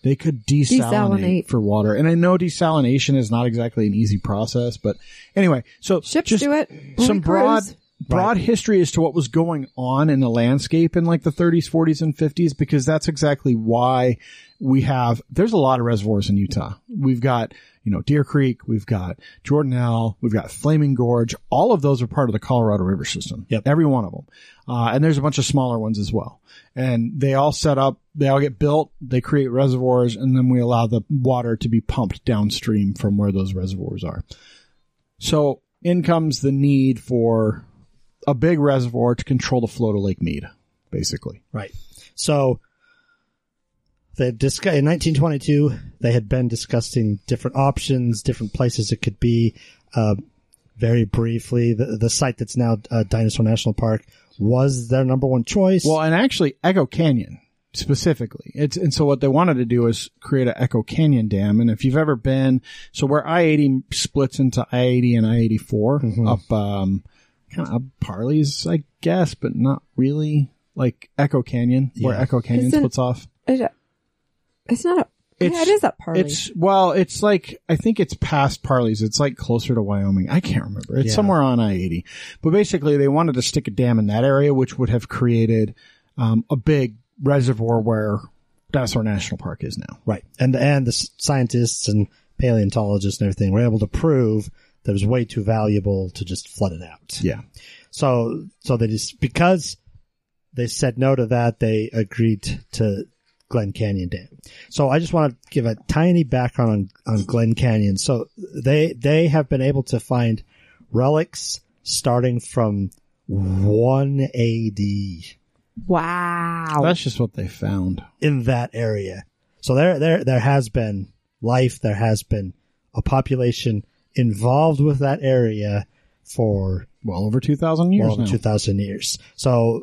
[SPEAKER 3] They could desalinate,
[SPEAKER 2] Desalinate.
[SPEAKER 3] for water. And I know desalination is not exactly an easy process, but anyway, so
[SPEAKER 2] Ships
[SPEAKER 3] just
[SPEAKER 2] do it.
[SPEAKER 3] some
[SPEAKER 2] Only
[SPEAKER 3] broad
[SPEAKER 2] cruise.
[SPEAKER 3] broad history as to what was going on in the landscape in like the 30s, 40s, and 50s, because that's exactly why we have, there's a lot of reservoirs in Utah. We've got, you know, Deer Creek, we've got Jordan L, we've got Flaming Gorge. All of those are part of the Colorado River system.
[SPEAKER 4] Yep.
[SPEAKER 3] Every one of them. Uh, and there's a bunch of smaller ones as well. And they all set up, they all get built, they create reservoirs, and then we allow the water to be pumped downstream from where those reservoirs are. So in comes the need for a big reservoir to control the flow to Lake Mead, basically.
[SPEAKER 4] Right. So they discuss in 1922 they had been discussing different options, different places it could be. Uh, very briefly, the, the site that's now uh, Dinosaur National Park was their number one choice.
[SPEAKER 3] Well, and actually Echo Canyon specifically. It's and so what they wanted to do is create an Echo Canyon dam. And if you've ever been, so where I eighty splits into I eighty and I eighty four up, um, kind of up Parley's, I guess, but not really like Echo Canyon where
[SPEAKER 4] Yeah.
[SPEAKER 3] Echo Canyon
[SPEAKER 2] Isn't-
[SPEAKER 3] splits off.
[SPEAKER 2] It- it's not a.
[SPEAKER 3] It's-
[SPEAKER 2] yeah, it is up Parley.
[SPEAKER 3] It's well, it's like I think it's past Parley's. It's like closer to Wyoming. I can't remember. It's
[SPEAKER 4] Yeah.
[SPEAKER 3] somewhere on I eighty. But basically, they wanted to stick a dam in that area, which would have created um, a big reservoir where Dinosaur National Park is now.
[SPEAKER 4] Right. And and the s- scientists and paleontologists and everything were able to prove that it was way too valuable to just flood it out.
[SPEAKER 3] Yeah,
[SPEAKER 4] So so they just because they said no to that, they agreed to Glen Canyon Dam. So I just want to give a tiny background on, on Glen Canyon. So they they have been able to find relics starting from 1 AD
[SPEAKER 2] wow.
[SPEAKER 3] that's just what they found.
[SPEAKER 4] in that area. So there, there, there has been life. There has been a population involved with that area for
[SPEAKER 3] Well over two thousand years
[SPEAKER 4] more than
[SPEAKER 3] now.
[SPEAKER 4] two thousand years. So,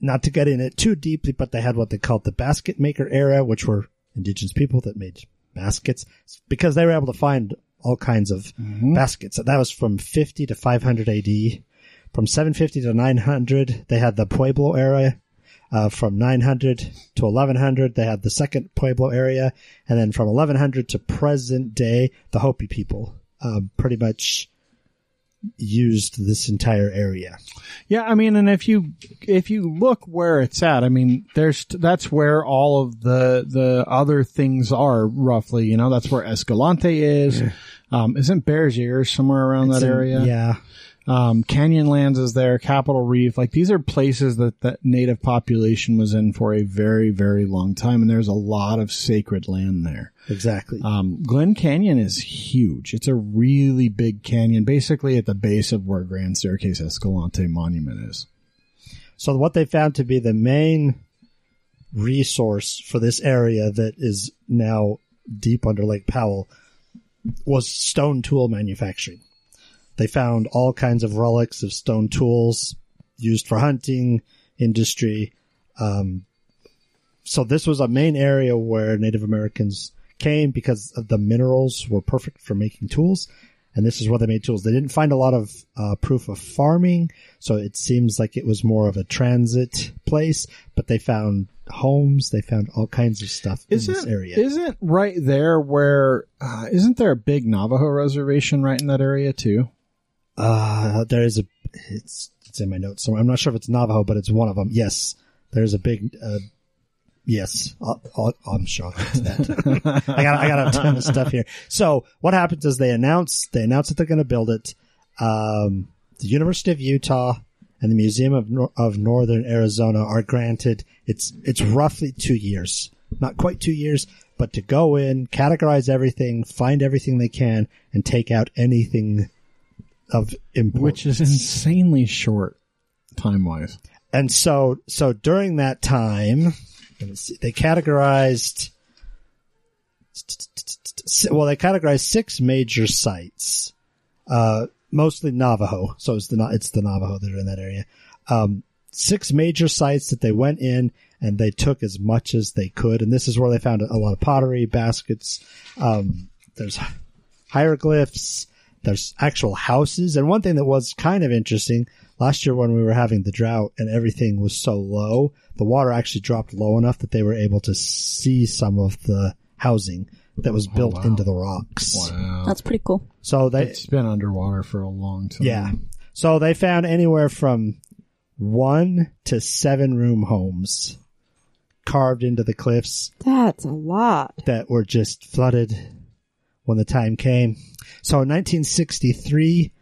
[SPEAKER 4] not to get in it too deeply, but they had what they called the basket maker era, which were indigenous people that made baskets because they were able to find all kinds of
[SPEAKER 3] Mm-hmm.
[SPEAKER 4] baskets. That was from fifty to five hundred A.D. From seven fifty to nine hundred, they had the Pueblo era, uh, from 900 to 1100, they had the second Pueblo area, and then from 1100 to present day, the Hopi people uh, pretty much used this entire area.
[SPEAKER 3] Yeah, I mean, and if you if you look where it's at, I mean, there's that's where all of the the other things are roughly. You know, that's where Escalante is. Um, isn't Bears Ear somewhere around that area?
[SPEAKER 4] yeah,
[SPEAKER 3] Um, Canyonlands is there. Capitol Reef, like these are places that that native population was in for a very very long time, and there's a lot of sacred land there.
[SPEAKER 4] exactly.
[SPEAKER 3] Um, Glen Canyon is huge. It's a really big canyon, basically at the base of where Grand Staircase Escalante Monument is.
[SPEAKER 4] So what they found to be the main resource for this area that is now deep under Lake Powell was stone tool manufacturing. They found all kinds of relics of stone tools used for hunting industry. Um, so this was a main area where Native Americans came because of the minerals were perfect for making tools. And this is where they made tools. They didn't find a lot of uh, proof of farming, so it seems like it was more of a transit place. But they found homes, they found all kinds of stuff in this area.
[SPEAKER 3] Isn't right there where uh, isn't there a big Navajo reservation right in that area too?
[SPEAKER 4] Uh, there is a. It's it's in my notes somewhere. I'm not sure if it's Navajo, but it's one of them. Yes, there's a big. Uh, yes, I'll, I'll, I'm sure. I'll get to that. I got I got a ton of stuff here. So what happens is they announce they announce that they're going to build it. Um, the University of Utah and the Museum of Nor- of Northern Arizona are granted. It's it's roughly two years, not quite two years, but to go in, categorize everything, find everything they can, and take out anything of importance.
[SPEAKER 3] Which is insanely short time wise.
[SPEAKER 4] And so, so during that time, let me see, they categorized, well, they categorized six major sites, uh, mostly Navajo. So it's the, Na- it's the Navajo that are in that area. Um, six major sites that they went in and they took as much as they could. And this is where they found a lot of pottery, baskets. Um, there's hieroglyphs. There's actual houses. And one thing that was kind of interesting last year when we were having the drought and everything was so low, the water actually dropped low enough that they were able to see some of the housing that was built into the rocks.
[SPEAKER 3] Uh,
[SPEAKER 5] That's pretty cool.
[SPEAKER 4] So they,
[SPEAKER 3] It's been underwater for a long time.
[SPEAKER 4] yeah. So they found anywhere from one to seven room homes carved into the cliffs
[SPEAKER 2] That's a lot.
[SPEAKER 4] that were just flooded when the time came. So in 1963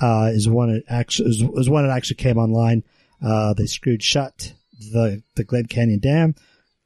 [SPEAKER 4] uh, is when it actually is, is when it actually came online. Uh, they screwed shut the the Glen Canyon Dam,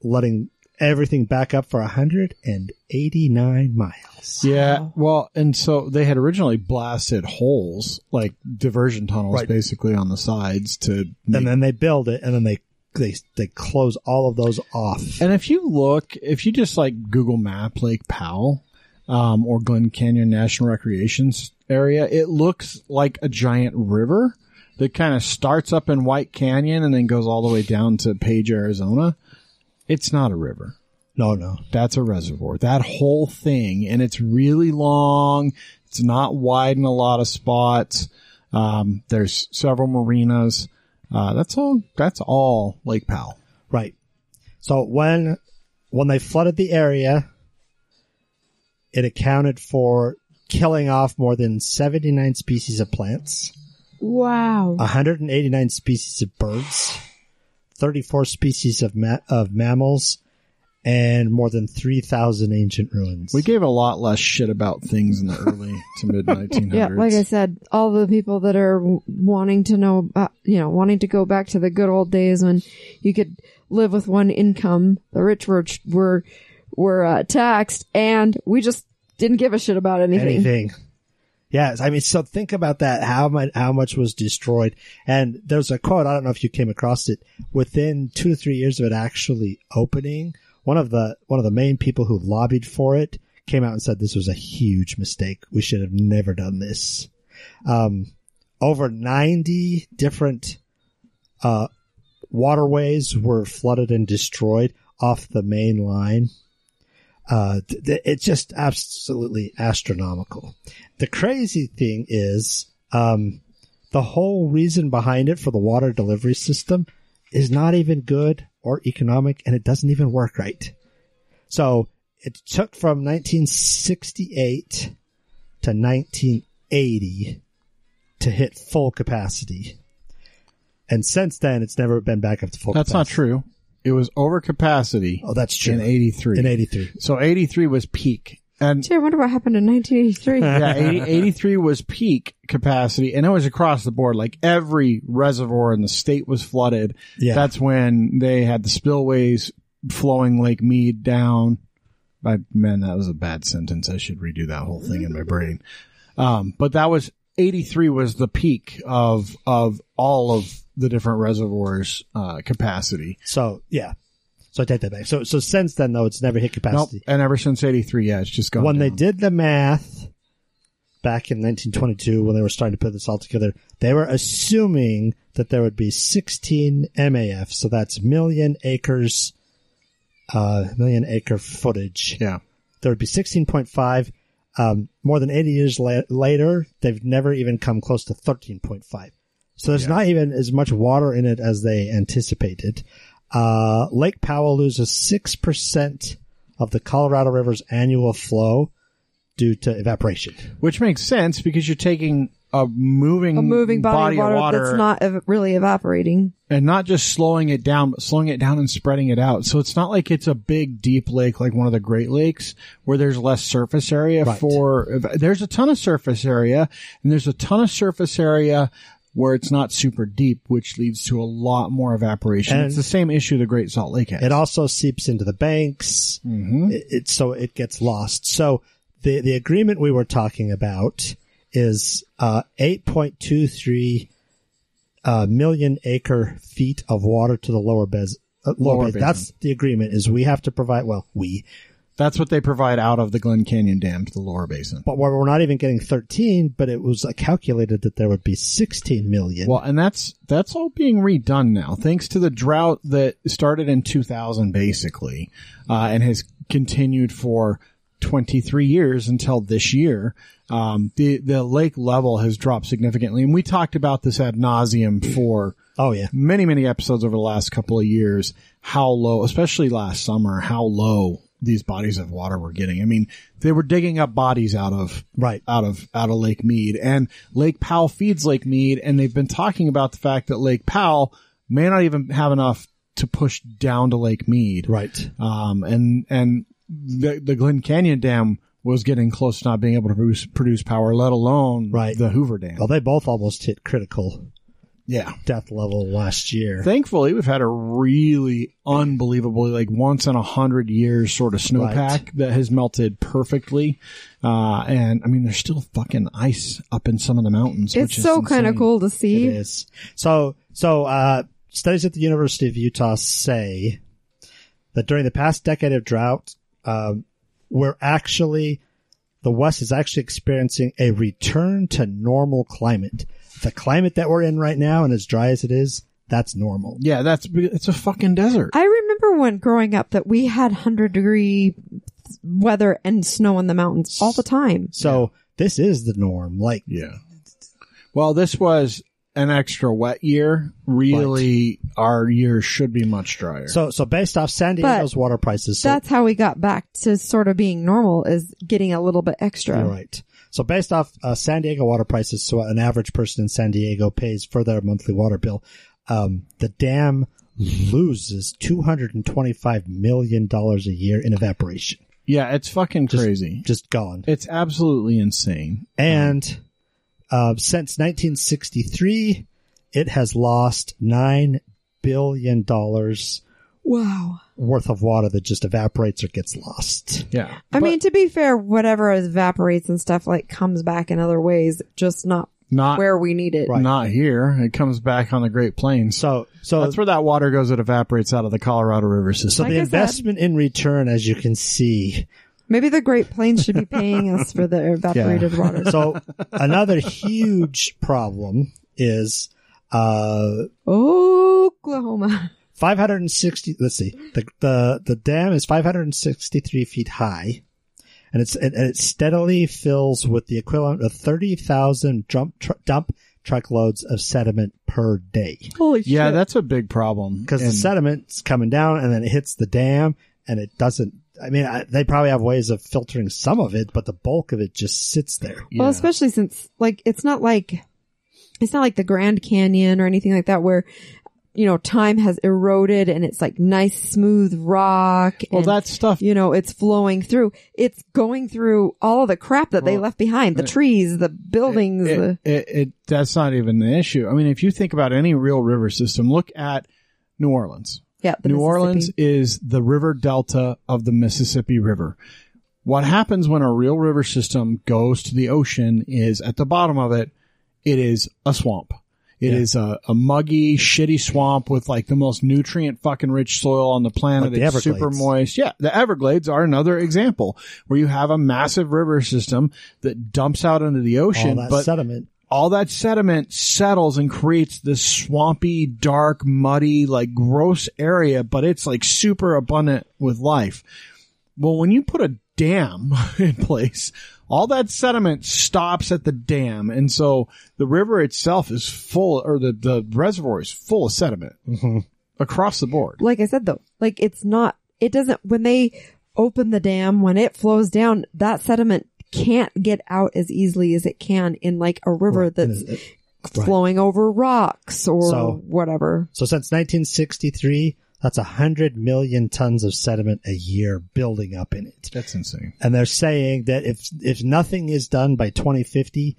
[SPEAKER 4] letting everything back up for 189 miles.
[SPEAKER 3] Yeah. Well, and so they had originally blasted holes, like diversion tunnels,
[SPEAKER 4] Right.
[SPEAKER 3] basically on the sides to. Make,
[SPEAKER 4] And then they build it, and then they they they close all of those off.
[SPEAKER 3] and if you look, if you just like Google Map Lake Powell um, or Glen Canyon National Recreations Area, it looks like a giant river that kind of starts up in White Canyon and then goes all the way down to Page, Arizona. It's not a river.
[SPEAKER 4] No, no,
[SPEAKER 3] That's a reservoir. That whole thing, and it's really long. It's not wide in a lot of spots. Um, there's several marinas. Uh, that's all. That's all Lake Powell.
[SPEAKER 4] Right. So when when they flooded the area, it accounted for killing off more than 79 species of plants,
[SPEAKER 2] Wow.
[SPEAKER 4] 189 species of birds, 34 species of ma- of mammals, and more than 3,000 ancient ruins.
[SPEAKER 3] We gave a lot less shit about things in the early to mid 1900s.
[SPEAKER 2] Yeah, like I said, all the people that are w- wanting to know, about, you know, wanting to go back to the good old days when you could live with one income. The rich were were were uh, taxed, and we just didn't give a shit about anything.
[SPEAKER 4] anything. Yes, I mean, so think about that. How much, how much was destroyed? And there's a quote. I don't know if you came across it. Within two to three years of it actually opening, one of the one of the main people who lobbied for it came out and said this was a huge mistake. We should have never done this. Um, over 90 different uh, waterways were flooded and destroyed off the main line. Uh, th- th- it's just absolutely astronomical. The crazy thing is, um, the whole reason behind it for the water delivery system is not even good or economic and it doesn't even work right. So it took from 1968 to 1980 to hit full capacity. And since then, it's never been back up to full
[SPEAKER 3] that's not
[SPEAKER 4] capacity.
[SPEAKER 3] true. It was over capacity
[SPEAKER 4] Oh, that's true.
[SPEAKER 3] in '83.
[SPEAKER 4] In 83.
[SPEAKER 3] so '83 was peak, and
[SPEAKER 2] Gee, I wonder what happened in 1983.
[SPEAKER 3] yeah, 80, 83 was peak capacity, and it was across the board. Like every reservoir in the state was flooded.
[SPEAKER 4] Yeah.
[SPEAKER 3] That's when they had the spillways flowing Lake Mead down. I, man, that was a bad sentence. I should redo that whole thing in my brain. Um, but that was 83 was the peak of, of all of the different reservoirs, uh, capacity.
[SPEAKER 4] So yeah, so I take that back. So so since then though, it's never hit
[SPEAKER 3] Nope.
[SPEAKER 4] capacity.
[SPEAKER 3] And ever since 83, yeah, it's just gone.
[SPEAKER 4] when they
[SPEAKER 3] down.
[SPEAKER 4] did the math back in 1922, when they were starting to put this all together, they were assuming that there would be 16 MAF, so that's million acres, uh, million acre footage.
[SPEAKER 3] yeah.
[SPEAKER 4] There would be 16.5. Um, more than 80 years la- later, they've never even come close to 13.5. So there's not even as much water in it as they anticipated. Uh, Lake Powell loses 6% of the Colorado River's annual flow due to evaporation.
[SPEAKER 3] Which makes sense because you're taking a moving,
[SPEAKER 2] A moving body, of water, that's
[SPEAKER 3] water
[SPEAKER 2] not ev- really evaporating.
[SPEAKER 3] and not just slowing it down, but slowing it down and spreading it out. So it's not like it's a big deep lake like one of the Great Lakes where there's less surface area
[SPEAKER 4] Right.
[SPEAKER 3] for, there's a ton of surface area and there's a ton of surface area where it's not super deep, which leads to a lot more evaporation.
[SPEAKER 4] And-
[SPEAKER 3] it's the same issue the Great Salt Lake has.
[SPEAKER 4] It also seeps into the banks.
[SPEAKER 3] Mhm.
[SPEAKER 4] It, it- so it gets lost. So the the agreement we were talking about is uh, 8.23 uh, million acre feet of water to the lower bes. Uh, lower
[SPEAKER 3] Lower
[SPEAKER 4] bes-
[SPEAKER 3] basin.
[SPEAKER 4] That's the agreement. Is we have to provide. Well, we,
[SPEAKER 3] That's what they provide out of the Glen Canyon Dam to the lower basin.
[SPEAKER 4] but we're we're not even getting 13. But it was uh, calculated that there would be 16 million.
[SPEAKER 3] Well, and that's that's all being redone now, thanks to the drought that started in 2000, basically, uh, and has continued for 23 years until this year. Um, the the lake level has dropped significantly, and we talked about this ad nauseum for
[SPEAKER 4] oh yeah,
[SPEAKER 3] many many episodes over the last couple of years. How low, especially last summer, how low these bodies of water were getting. I mean, they were digging up bodies out of
[SPEAKER 4] Right.
[SPEAKER 3] out of out of Lake Mead, and Lake Powell feeds Lake Mead, and they've been talking about the fact that Lake Powell may not even have enough to push down to Lake Mead,
[SPEAKER 4] Right.
[SPEAKER 3] um, and and the the Glen Canyon Dam was getting close to not being able to produce, produce power, let alone
[SPEAKER 4] Right.
[SPEAKER 3] the Hoover Dam.
[SPEAKER 4] Well, they both almost hit critical
[SPEAKER 3] Yeah.
[SPEAKER 4] death level last year.
[SPEAKER 3] Thankfully, we've had a really unbelievably, like once in a hundred years sort of snowpack
[SPEAKER 4] Right.
[SPEAKER 3] that has melted perfectly. Uh, and I mean, there's still fucking ice up in some of the mountains. which
[SPEAKER 2] It's
[SPEAKER 3] is
[SPEAKER 2] so kind of
[SPEAKER 3] insane.
[SPEAKER 2] cool to
[SPEAKER 4] It
[SPEAKER 2] see.
[SPEAKER 4] is. So, so, uh, studies at the University of Utah say that during the past decade of drought, um, we're actually, the West is actually experiencing a return to normal climate. The climate that we're in right now and as dry as it is, that's normal.
[SPEAKER 3] Yeah, that's it's a fucking desert.
[SPEAKER 2] I remember when growing up that we had 100 degree weather and snow in the mountains all the time.
[SPEAKER 4] So this is the norm. Like,
[SPEAKER 3] yeah. Well, this was an extra wet year. Really, our year should be much drier.
[SPEAKER 4] so, so based off San Diego's water prices, so
[SPEAKER 2] That's how we got back to sort of being normal is getting a little bit extra.
[SPEAKER 4] You're right. So based off uh, San Diego water prices, so an average person in San Diego pays for their monthly water bill. Um, the dam loses two hundred and twenty-five million dollars a year in evaporation.
[SPEAKER 3] yeah, it's fucking crazy.
[SPEAKER 4] Just gone.
[SPEAKER 3] It's absolutely insane.
[SPEAKER 4] And uh, since 1963, it has lost nine billion dollars
[SPEAKER 2] Wow.
[SPEAKER 4] worth of water that just evaporates or gets lost.
[SPEAKER 3] Yeah.
[SPEAKER 2] I mean, to be fair, whatever evaporates and stuff like comes back in other ways, just not
[SPEAKER 3] Not
[SPEAKER 2] where we need it.
[SPEAKER 3] not here. It comes back on the Great Plains.
[SPEAKER 4] So, so
[SPEAKER 3] That's where that water goes that evaporates out of the Colorado River
[SPEAKER 4] so
[SPEAKER 3] system.
[SPEAKER 2] Like
[SPEAKER 4] the
[SPEAKER 2] I said-
[SPEAKER 4] investment in return, as you can see,
[SPEAKER 2] Maybe the Great Plains should be paying us for the evaporated water.
[SPEAKER 4] So another huge problem is uh
[SPEAKER 2] Oklahoma.
[SPEAKER 4] 560 let's see the the the dam is 563 feet high and it's and and it steadily fills with the equivalent of 30,000 dump tr- dump truckloads of sediment per day
[SPEAKER 2] Holy
[SPEAKER 3] Yeah,
[SPEAKER 2] shit.
[SPEAKER 3] that's a big problem.
[SPEAKER 4] because the
[SPEAKER 3] And-
[SPEAKER 4] sediment's coming down and then it hits the dam and it doesn't I mean I, they probably have ways of filtering some of it but the bulk of it just sits there
[SPEAKER 2] Well, especially since like it's not like it's not like the Grand Canyon or anything like that where you know time has eroded and it's like nice smooth rock.
[SPEAKER 3] well,
[SPEAKER 2] and,
[SPEAKER 3] that stuff.
[SPEAKER 2] you know it's flowing through. It's going through all of the crap that they
[SPEAKER 3] Well,
[SPEAKER 2] left behind: the
[SPEAKER 3] it-
[SPEAKER 2] trees, the buildings.
[SPEAKER 3] It,
[SPEAKER 2] the,
[SPEAKER 3] it, it- that's not even the issue. I mean, if you think about any real river system, look at New Orleans.
[SPEAKER 2] yeah, the
[SPEAKER 3] New Orleans
[SPEAKER 2] Mississippi.
[SPEAKER 3] is the river delta of the Mississippi River. What happens when a real river system goes to the ocean is at the bottom of it, it is a swamp. It
[SPEAKER 4] Yeah.
[SPEAKER 3] is a, a muggy, shitty swamp with like the most nutrient fucking rich soil on the planet.
[SPEAKER 4] Like the
[SPEAKER 3] it's super
[SPEAKER 4] Everglades.
[SPEAKER 3] moist. Yeah. The Everglades are another example where you have a massive river system that dumps out into the
[SPEAKER 4] all
[SPEAKER 3] ocean,
[SPEAKER 4] that
[SPEAKER 3] but
[SPEAKER 4] sediment
[SPEAKER 3] all that sediment settles and creates this swampy, dark, muddy, like gross area, but it's like super abundant with life. Well, when you put a dam in place, all that sediment stops at the dam. And so the river itself is full, or the, the reservoir is full of sediment across the board.
[SPEAKER 2] Like I said though, like it's not. It doesn't when they open the dam when it flows down that sediment can't get out as easily as it can in like a river that's
[SPEAKER 4] And it-
[SPEAKER 2] flowing over rocks or
[SPEAKER 4] So-
[SPEAKER 2] whatever.
[SPEAKER 4] So since 1963, that's 100 million tons of sediment a year building up in it.
[SPEAKER 3] That's insane.
[SPEAKER 4] And they're saying that if if nothing is done by 2050,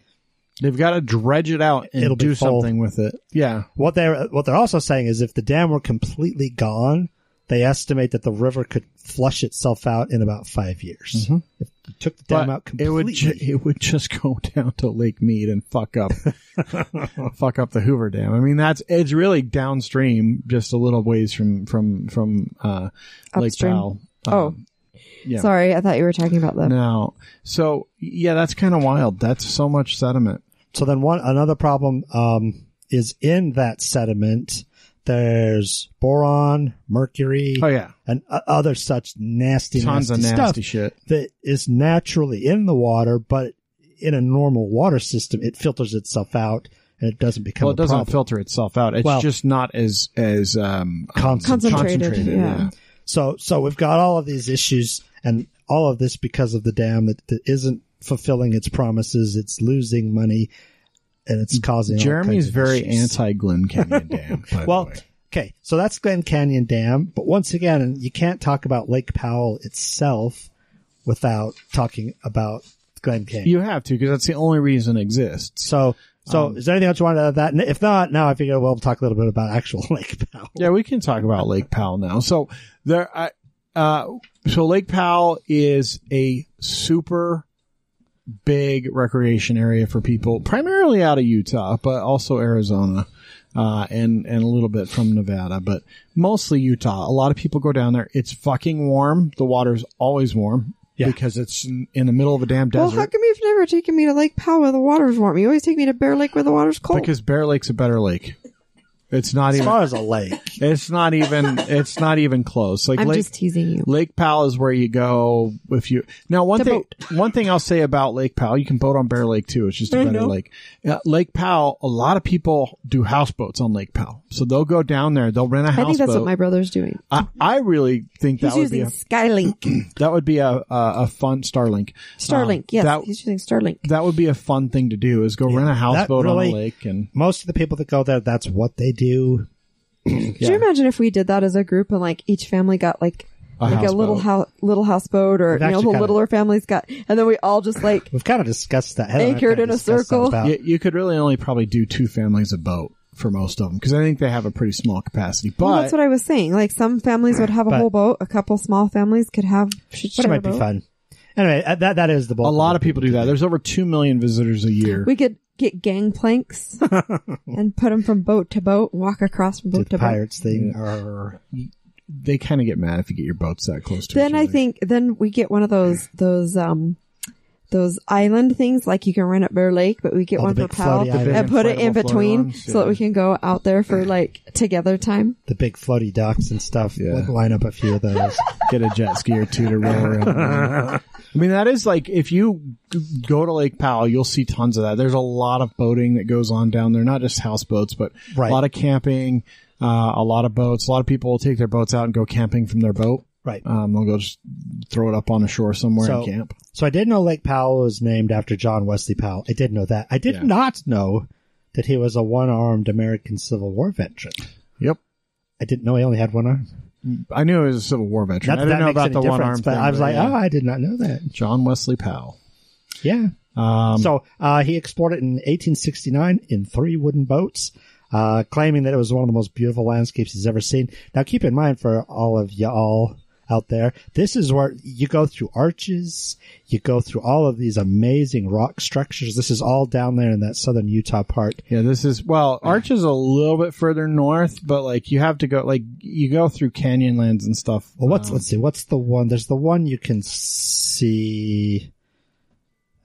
[SPEAKER 3] They've got to dredge it out and
[SPEAKER 4] It'll be
[SPEAKER 3] do
[SPEAKER 4] full.
[SPEAKER 3] something with it. Yeah.
[SPEAKER 4] what they're what they're also saying is if the dam were completely gone, they estimate that the river could flush itself out in about five years. If you took the dam out
[SPEAKER 3] Mm-hmm. it would
[SPEAKER 4] completely,
[SPEAKER 3] ju- it would just go down to Lake Mead and fuck up fuck up the Hoover Dam. I mean that's it's really downstream, just a little ways from from from uh, Lake
[SPEAKER 2] Upstream.
[SPEAKER 3] Powell. Um,
[SPEAKER 2] oh,
[SPEAKER 3] yeah.
[SPEAKER 2] sorry, I thought you were talking about the.
[SPEAKER 3] Now, so yeah, that's kind of wild. That's so much sediment.
[SPEAKER 4] So then one another problem um, is in that sediment. There's boron, mercury,
[SPEAKER 3] Oh yeah,
[SPEAKER 4] and o- other such nasty,
[SPEAKER 3] tons
[SPEAKER 4] nasty
[SPEAKER 3] of nasty
[SPEAKER 4] stuff
[SPEAKER 3] shit.
[SPEAKER 4] that is naturally in the water, but in a normal water system, it filters itself out and it doesn't become
[SPEAKER 3] Well, it
[SPEAKER 4] a
[SPEAKER 3] doesn't
[SPEAKER 4] problem.
[SPEAKER 3] filter itself out. It's
[SPEAKER 4] Well-
[SPEAKER 3] just not as as um,
[SPEAKER 4] Concentrate.
[SPEAKER 2] Concentrated, yeah.
[SPEAKER 4] So, so we've got all of these issues and all of this because of the dam that, that isn't fulfilling its promises. It's losing money and it's causing all kinds
[SPEAKER 3] Mm, Jeremy's
[SPEAKER 4] of
[SPEAKER 3] very
[SPEAKER 4] issues.
[SPEAKER 3] anti Glen Canyon Dam. by the
[SPEAKER 4] Well,
[SPEAKER 3] way.
[SPEAKER 4] okay, so that's Glen Canyon Dam, but once again, you can't talk about Lake Powell itself without talking about Glen Canyon.
[SPEAKER 3] you have to because that's the only reason it exists.
[SPEAKER 4] so, so is there anything else you want to add to that? And If not, now I figure we'll talk a little bit about actual Lake Powell.
[SPEAKER 3] Yeah, we can talk about Lake Powell now. So there, I, uh, so Lake Powell is a super big recreation area for people, primarily out of Utah, but also Arizona, uh, and and a little bit from Nevada, but mostly Utah. A lot of people go down there. It's fucking warm. The water's always warm
[SPEAKER 4] Yeah.
[SPEAKER 3] because it's in, in the middle of a damn
[SPEAKER 2] Well,
[SPEAKER 3] desert.
[SPEAKER 2] how come you've never taken me to Lake Powell where the water's warm? You always take me to Bear Lake where the water's cold.
[SPEAKER 3] because Bear Lake's a better lake. It's not
[SPEAKER 4] As
[SPEAKER 3] even.
[SPEAKER 4] far as a lake,
[SPEAKER 3] It's not even. It's not even close. Like
[SPEAKER 2] I'm
[SPEAKER 3] Lake,
[SPEAKER 2] just teasing you.
[SPEAKER 3] Lake Powell is where you go if you now one
[SPEAKER 2] To
[SPEAKER 3] thing one thing I'll say about Lake Powell you can boat on Bear Lake too it's just a better lake uh, Lake Powell a lot of people do houseboats on Lake Powell so they'll go down there they'll rent a
[SPEAKER 2] I
[SPEAKER 3] houseboat
[SPEAKER 2] think that's what my brother's doing.
[SPEAKER 3] I, I really think
[SPEAKER 2] He's
[SPEAKER 3] that would be
[SPEAKER 2] using
[SPEAKER 3] a,
[SPEAKER 2] Skylink,
[SPEAKER 3] that would be a, a a fun Starlink Uh,
[SPEAKER 2] Starlink. yes,
[SPEAKER 3] that-
[SPEAKER 2] he's using Starlink.
[SPEAKER 3] that would be a fun thing to do is go rent a houseboat
[SPEAKER 4] really-
[SPEAKER 3] on a lake and
[SPEAKER 4] most of the people that go there, that's what they do.
[SPEAKER 2] Could you imagine if we did that as a group and like each family got like
[SPEAKER 3] A
[SPEAKER 2] like a
[SPEAKER 3] houseboat.
[SPEAKER 2] little house little houseboat or
[SPEAKER 4] We've
[SPEAKER 2] you know
[SPEAKER 4] actually
[SPEAKER 2] the
[SPEAKER 4] kinda-
[SPEAKER 2] littler families got and then we all just like
[SPEAKER 4] We've kind of discussed that. Heather and I've
[SPEAKER 2] Anchored
[SPEAKER 4] kinda
[SPEAKER 2] in a
[SPEAKER 4] discussed that
[SPEAKER 2] circle.
[SPEAKER 4] about-
[SPEAKER 3] you, you could really only probably do two families a boat for most of them because I think they have a pretty small capacity but
[SPEAKER 2] well, that's what I was saying. Like some families would have a
[SPEAKER 4] But-
[SPEAKER 2] whole boat, a couple small families could have should
[SPEAKER 4] but it
[SPEAKER 2] share a
[SPEAKER 4] might be
[SPEAKER 2] boat.
[SPEAKER 4] fun. Anyway, uh, that that is the
[SPEAKER 3] a
[SPEAKER 4] bulk
[SPEAKER 3] lot
[SPEAKER 4] it.
[SPEAKER 3] of people do that there's over 2 million visitors a year
[SPEAKER 2] We could get gang planks and put them from boat to boat, walk across from boat
[SPEAKER 4] Did the
[SPEAKER 2] to boat.
[SPEAKER 4] pirates thing or
[SPEAKER 3] they kind of get mad if you get your boats that close to each
[SPEAKER 2] then I
[SPEAKER 3] other.
[SPEAKER 2] think then we get one of those those um those island things like you can rent at Bear Lake, but we get
[SPEAKER 4] Oh,
[SPEAKER 2] one
[SPEAKER 4] the
[SPEAKER 2] for
[SPEAKER 4] big
[SPEAKER 2] Powell
[SPEAKER 4] floaty The big
[SPEAKER 2] and put it in
[SPEAKER 3] inflatable floaty
[SPEAKER 2] between
[SPEAKER 3] ones,
[SPEAKER 2] so that
[SPEAKER 3] yeah.
[SPEAKER 2] we can go out there for like together time.
[SPEAKER 4] the big floaty docks and stuff.
[SPEAKER 3] Yeah.
[SPEAKER 4] We'll line up a few of those.
[SPEAKER 3] get a jet ski or two to roll around. I mean, that is like if you g- go to Lake Powell, you'll see tons of that. There's a lot of boating that goes on down there, not just houseboats, but
[SPEAKER 4] Right.
[SPEAKER 3] a lot of camping, uh, a lot of boats. A lot of people will take their boats out and go camping from their boat.
[SPEAKER 4] right.
[SPEAKER 3] Um, they'll go just throw it up on a shore somewhere
[SPEAKER 4] So-
[SPEAKER 3] and camp.
[SPEAKER 4] So I did know Lake Powell was named after John Wesley Powell. I did know that. I did
[SPEAKER 3] Yeah.
[SPEAKER 4] not know that he was a one-armed American Civil War veteran.
[SPEAKER 3] Yep.
[SPEAKER 4] I didn't know he only had one arm.
[SPEAKER 3] I knew he was a Civil War veteran. I
[SPEAKER 4] Not that
[SPEAKER 3] didn't
[SPEAKER 4] that
[SPEAKER 3] know
[SPEAKER 4] makes
[SPEAKER 3] about
[SPEAKER 4] any
[SPEAKER 3] the
[SPEAKER 4] difference,
[SPEAKER 3] one arm
[SPEAKER 4] but
[SPEAKER 3] thing,
[SPEAKER 4] I was
[SPEAKER 3] but
[SPEAKER 4] like,
[SPEAKER 3] yeah.
[SPEAKER 4] oh, I did not know that.
[SPEAKER 3] John Wesley Powell.
[SPEAKER 4] Yeah.
[SPEAKER 3] Um,
[SPEAKER 4] so uh, he exported in 1869 in three wooden boats, uh, claiming that it was one of the most beautiful landscapes he's ever seen. Now, keep in mind for all of y'all out there, this is where you go through arches, you go through all of these amazing rock structures. This is all down there in that southern Utah part.
[SPEAKER 3] Yeah, this is well, Arch is a little bit further north, but like you have to go like you go through canyonlands and stuff.
[SPEAKER 4] Well, what's
[SPEAKER 3] Um,
[SPEAKER 4] let's see, what's the one? There's the one you can see.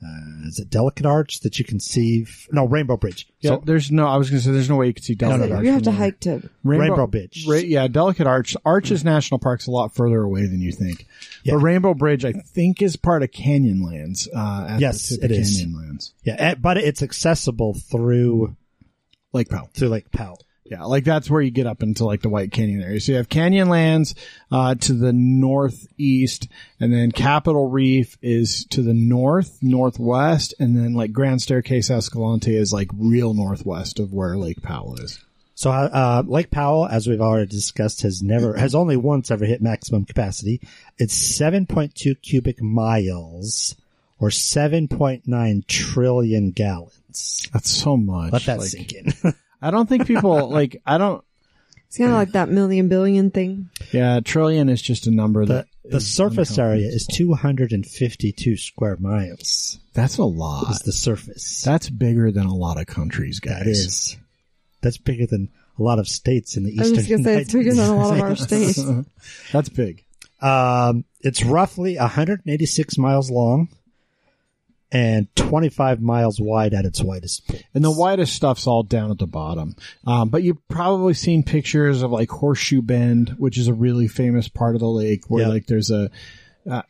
[SPEAKER 4] Uh, is it Delicate Arch that you can see? f- no, Rainbow Bridge.
[SPEAKER 3] yeah,
[SPEAKER 4] So
[SPEAKER 3] there's no I was going to say there's no way you could see Delicate
[SPEAKER 2] So
[SPEAKER 3] Arch.
[SPEAKER 2] you have to
[SPEAKER 4] uh,
[SPEAKER 3] from there.
[SPEAKER 2] hike to
[SPEAKER 4] Rainbow Bridge.
[SPEAKER 3] Ra- yeah, Delicate Arch. Arches National Park's a lot further away than you think.
[SPEAKER 4] Yeah.
[SPEAKER 3] But Rainbow Bridge I think is part of Canyonlands. Uh at
[SPEAKER 4] Yes,
[SPEAKER 3] the tip of
[SPEAKER 4] it is.
[SPEAKER 3] Canyonlands.
[SPEAKER 4] Yeah, eh, but it's accessible through
[SPEAKER 3] Lake Powell.
[SPEAKER 4] through Lake Powell.
[SPEAKER 3] Yeah, like that's where you get up into like the White Canyon area. So you have Canyonlands uh, to the northeast, and then Capitol Reef is to the north, northwest, and then like Grand Staircase Escalante is like real northwest of where Lake Powell is.
[SPEAKER 4] So uh, Lake Powell, as we've already discussed, has never has only once ever hit maximum capacity. It's 7.2 cubic miles, or 7.9 trillion gallons.
[SPEAKER 3] That's so much.
[SPEAKER 4] Let that
[SPEAKER 3] Like,
[SPEAKER 4] sink in.
[SPEAKER 3] I don't think people like. I don't.
[SPEAKER 2] it's kinda like that million billion thing.
[SPEAKER 3] Yeah, trillion is just a number
[SPEAKER 4] the
[SPEAKER 3] that
[SPEAKER 4] The
[SPEAKER 3] is
[SPEAKER 4] surface area is
[SPEAKER 3] incomprehensible.
[SPEAKER 4] 252 square miles.
[SPEAKER 3] That's a
[SPEAKER 4] Is
[SPEAKER 3] lot.
[SPEAKER 4] the surface
[SPEAKER 3] That's bigger than a lot of countries, guys.
[SPEAKER 4] that is that's bigger than a lot of states in the
[SPEAKER 2] I was
[SPEAKER 4] eastern.
[SPEAKER 2] just gonna say it's bigger than a lot of our states.
[SPEAKER 4] uh-huh.
[SPEAKER 3] That's big.
[SPEAKER 4] Um, it's roughly 186 miles long and 25 miles wide at its widest. point.
[SPEAKER 3] And the widest stuff's all down at the bottom. Um, but you've probably seen pictures of like Horseshoe Bend, which is a really famous part of the lake where
[SPEAKER 4] Yeah.
[SPEAKER 3] like there's a, uh,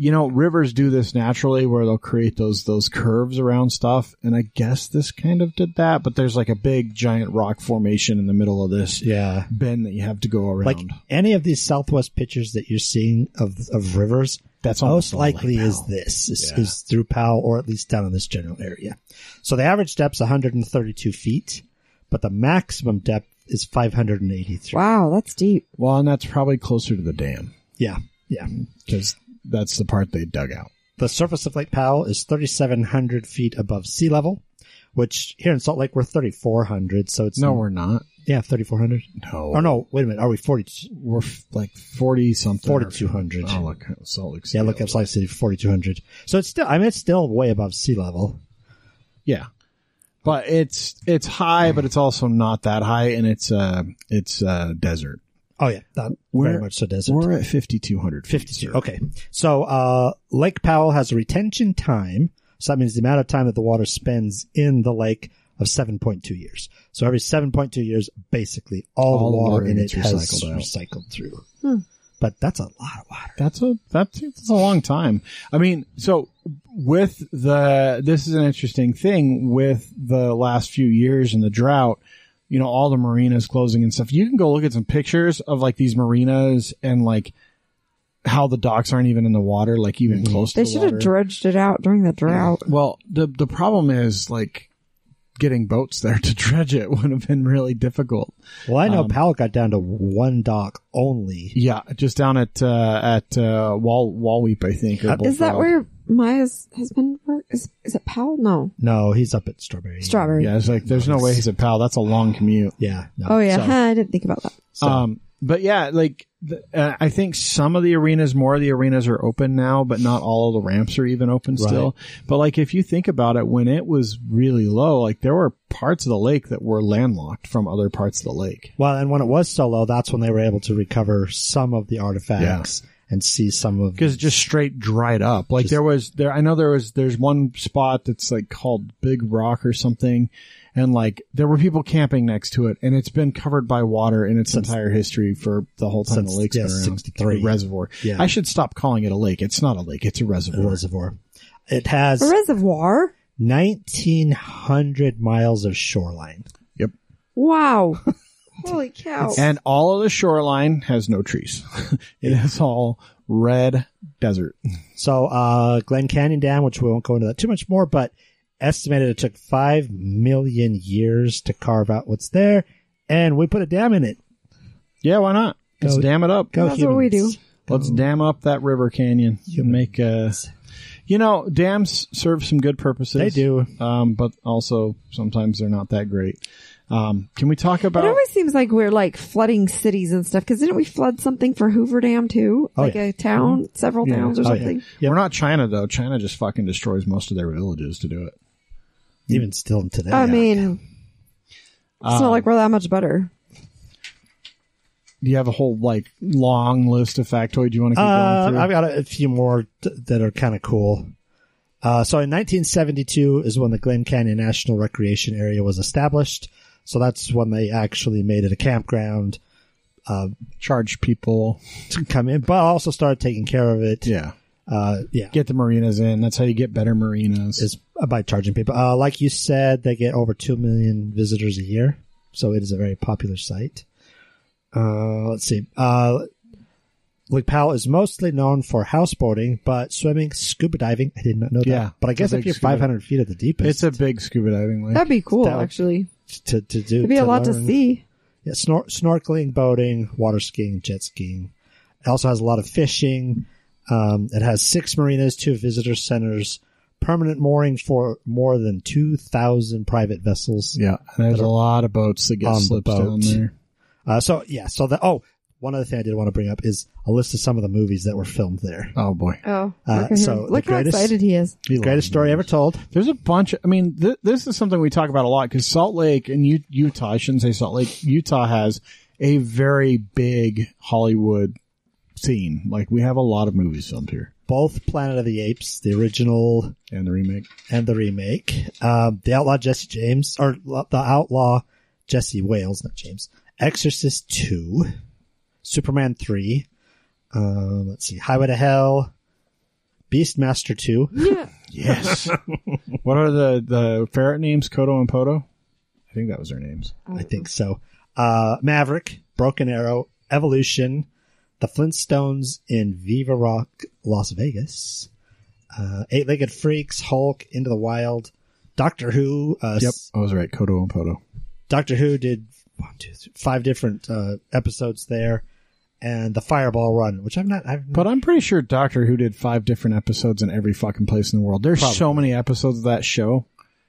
[SPEAKER 3] you know, rivers do this naturally where they'll create those those curves around stuff, and I guess this kind of did that, but there's like a big giant rock formation in the middle of this
[SPEAKER 4] Yeah.
[SPEAKER 3] bend that you have to go around.
[SPEAKER 4] Like any of these Southwest pictures that you're seeing of of rivers,
[SPEAKER 3] That's almost
[SPEAKER 4] most
[SPEAKER 3] all like
[SPEAKER 4] likely is
[SPEAKER 3] Powell.
[SPEAKER 4] this is,
[SPEAKER 3] Yeah.
[SPEAKER 4] is through Powell or at least down in this general area. So the average depth's 132 feet, but the maximum depth is 583.
[SPEAKER 2] Wow, that's deep.
[SPEAKER 3] well, and that's probably closer to the dam
[SPEAKER 4] Yeah, yeah.
[SPEAKER 3] because that's the part they dug out.
[SPEAKER 4] The surface of Lake Powell is 3,700 feet above sea level, which here in Salt Lake we're 3,400. So it's
[SPEAKER 3] No, we're not.
[SPEAKER 4] yeah 3,400.
[SPEAKER 3] No.
[SPEAKER 4] Hmm. Oh no, wait a minute. Are we 40?
[SPEAKER 3] we're f- like forty something,
[SPEAKER 4] 4,200.
[SPEAKER 3] Oh look, Salt Lake. City.
[SPEAKER 4] Yeah, look up Salt Lake City 4,200. So it's still, I mean, it's still way above sea level.
[SPEAKER 3] Yeah. But it's it's high, but it's also not that high, and it's uh it's uh desert.
[SPEAKER 4] Oh yeah, that,
[SPEAKER 3] We're-
[SPEAKER 4] very much so desert.
[SPEAKER 3] We're at fifty two hundred.
[SPEAKER 4] 52. Okay. So, uh, Lake Powell has a retention time. So that means the amount of time that the water spends in the lake of 7.2 years. So every 7.2 years, basically all,
[SPEAKER 3] All
[SPEAKER 4] the water, in it
[SPEAKER 3] gets
[SPEAKER 4] has
[SPEAKER 3] recycled out.
[SPEAKER 4] recycled through. But that's a lot of water.
[SPEAKER 3] That's a that's, that's a long time. I mean, so with the this is an interesting thing with the last few years and the drought. You know, all the marinas closing and stuff. You can go look at some pictures of like these marinas and like how the docks aren't even in the water, like even
[SPEAKER 4] Mm-hmm.
[SPEAKER 3] close to
[SPEAKER 2] They
[SPEAKER 3] the
[SPEAKER 2] should
[SPEAKER 3] water.
[SPEAKER 2] have dredged it out during the drought.
[SPEAKER 3] Well, the the problem is like getting boats there to dredge it would have been really difficult.
[SPEAKER 4] Well, I know
[SPEAKER 3] Um,
[SPEAKER 4] Powell got down to one dock only.
[SPEAKER 3] Yeah, just down at uh, at uh, Wall Wallweep, I think. Or
[SPEAKER 2] Is that
[SPEAKER 3] Bullfrog.
[SPEAKER 2] where Maya's husband works? Is, is it Powell? No.
[SPEAKER 4] No, he's up at Strawberry.
[SPEAKER 2] Strawberry.
[SPEAKER 3] Yeah, it's like there's no way he's a pal. That's a long commute.
[SPEAKER 4] Yeah. no.
[SPEAKER 2] Oh yeah,
[SPEAKER 4] So-
[SPEAKER 2] huh, I didn't think about that.
[SPEAKER 3] Um, but yeah, like th- uh, I think some of the arenas, more of the arenas are open now, but not all of the ramps are even open still. But like if you think about it, when it was really low, like there were parts of the lake that were landlocked from other parts of the lake.
[SPEAKER 4] Well, and when it was so low, that's when they were able to recover some of the artifacts and see some of
[SPEAKER 3] because it just straight dried up. Like there was there, I know there was there's one spot that's like called Big Rock or something, and like there were people camping next to it, and it's been covered by water in its entire history for the whole time
[SPEAKER 4] since,
[SPEAKER 3] the lake's
[SPEAKER 4] yeah,
[SPEAKER 3] been around.
[SPEAKER 4] 63.
[SPEAKER 3] The reservoir.
[SPEAKER 4] Yeah.
[SPEAKER 3] I should stop calling it a lake. It's not a lake. It's a
[SPEAKER 4] the
[SPEAKER 3] reservoir.
[SPEAKER 4] reservoir. It has
[SPEAKER 2] A reservoir?
[SPEAKER 4] 1900 miles of shoreline.
[SPEAKER 2] Wow. Holy
[SPEAKER 4] Oh.
[SPEAKER 2] cow.
[SPEAKER 3] And all of the shoreline has no trees. it is all red desert.
[SPEAKER 4] So, uh, Glen Canyon Dam, which we won't go into that too much more, but estimated it took 5 million years to carve out what's there. And we put a dam in it.
[SPEAKER 3] Yeah, why not? Let's
[SPEAKER 4] Go-
[SPEAKER 3] dam it up.
[SPEAKER 4] Go
[SPEAKER 2] That's what we
[SPEAKER 4] humans.
[SPEAKER 3] Let's dam up that river canyon. and Make uh you know, dams serve some good purposes.
[SPEAKER 4] They do.
[SPEAKER 3] um, but also sometimes they're not that great. Um, can we talk
[SPEAKER 2] It
[SPEAKER 3] about?
[SPEAKER 2] always seems like we're like flooding cities and stuff. Because didn't we flood something for Hoover Dam too?
[SPEAKER 4] Oh,
[SPEAKER 2] like
[SPEAKER 4] yeah.
[SPEAKER 2] a town, several
[SPEAKER 3] Yeah.
[SPEAKER 2] towns or
[SPEAKER 4] Oh, yeah.
[SPEAKER 2] something.
[SPEAKER 3] We're not China though. China just fucking destroys most of their villages to do it.
[SPEAKER 4] Even still today.
[SPEAKER 2] I mean, it's not like
[SPEAKER 4] Um,
[SPEAKER 2] we're that much better.
[SPEAKER 3] Do you have a whole like long list of factoid you want to keep
[SPEAKER 4] Uh,
[SPEAKER 3] going through?
[SPEAKER 4] I've got a, a few more t- that are kind of cool. Uh, so in 1972 is when the Glen Canyon National Recreation Area was established. So that's when they actually made it a campground
[SPEAKER 3] Charge people.
[SPEAKER 4] to come in, but also started taking care of it.
[SPEAKER 3] Yeah,
[SPEAKER 4] Uh, yeah.
[SPEAKER 3] get the marinas in. That's how you get better marinas.
[SPEAKER 4] Is by charging people. Uh, like you said, they get over 2 million visitors a year. So it is a very popular site. Uh, let's see. Uh, Lake Powell is mostly known for houseboating, but swimming, scuba diving. I did not know that.
[SPEAKER 3] Yeah.
[SPEAKER 4] But I
[SPEAKER 3] It's
[SPEAKER 4] guess
[SPEAKER 3] a
[SPEAKER 4] if
[SPEAKER 3] big
[SPEAKER 4] you're
[SPEAKER 3] scuba-
[SPEAKER 4] 500 feet at the
[SPEAKER 3] it's
[SPEAKER 4] deepest,
[SPEAKER 3] a big scuba diving lake.
[SPEAKER 2] That'd be cool,
[SPEAKER 4] That would-
[SPEAKER 2] actually.
[SPEAKER 4] to, to do.
[SPEAKER 2] It'd be a lot to
[SPEAKER 4] learn.
[SPEAKER 2] see.
[SPEAKER 4] Yeah, snor- snorkeling, boating, water skiing, jet skiing. It also has a lot of fishing. Um, it has six marinas, two visitor centers, permanent mooring for more than 2,000 private vessels.
[SPEAKER 3] yeah, and there's a lot of boats that get
[SPEAKER 4] On the
[SPEAKER 3] slips down
[SPEAKER 4] boat.
[SPEAKER 3] there.
[SPEAKER 4] Uh, so, yeah, so the, oh, one other thing I did want to bring up is a list of some of the movies that were filmed there.
[SPEAKER 3] Oh boy,
[SPEAKER 2] Oh,
[SPEAKER 4] Uh,
[SPEAKER 2] look at him.
[SPEAKER 4] so the
[SPEAKER 2] look how
[SPEAKER 4] greatest-
[SPEAKER 2] excited he is.
[SPEAKER 3] He loves
[SPEAKER 4] Greatest story ever told.
[SPEAKER 3] There's a bunch. Of, I mean, th- this is something we talk about a lot because Salt Lake and U- Utah. I shouldn't say Salt Lake. Utah has a very big Hollywood scene. Like we have a lot of movies filmed here
[SPEAKER 4] Both Planet of the Apes, the original
[SPEAKER 3] and the remake.
[SPEAKER 4] and the remake. Um, the Outlaw Jesse James, or L- the Outlaw Jesse Wales, not James. Exorcist 2, uh, Superman 3, um, let's see, Highway to Hell, Beastmaster 2.
[SPEAKER 3] Yes. what are the the ferret names? Kodo and Poto. I think that was their names.
[SPEAKER 4] I think so. Uh, Maverick, Broken Arrow, Evolution, The Flintstones in Viva Rock, Las Vegas, uh, Eight Legged Freaks, Hulk, Into the Wild, Doctor Who. Uh,
[SPEAKER 3] Yep,
[SPEAKER 4] s-
[SPEAKER 3] I was right. Kodo and Poto.
[SPEAKER 4] Doctor Who did one, two, three, five different uh, episodes there, and the Fireball Run, which I've not. I've
[SPEAKER 3] But I'm pretty sure Doctor Who did five different episodes in every fucking place in the world. There's so many episodes of that show.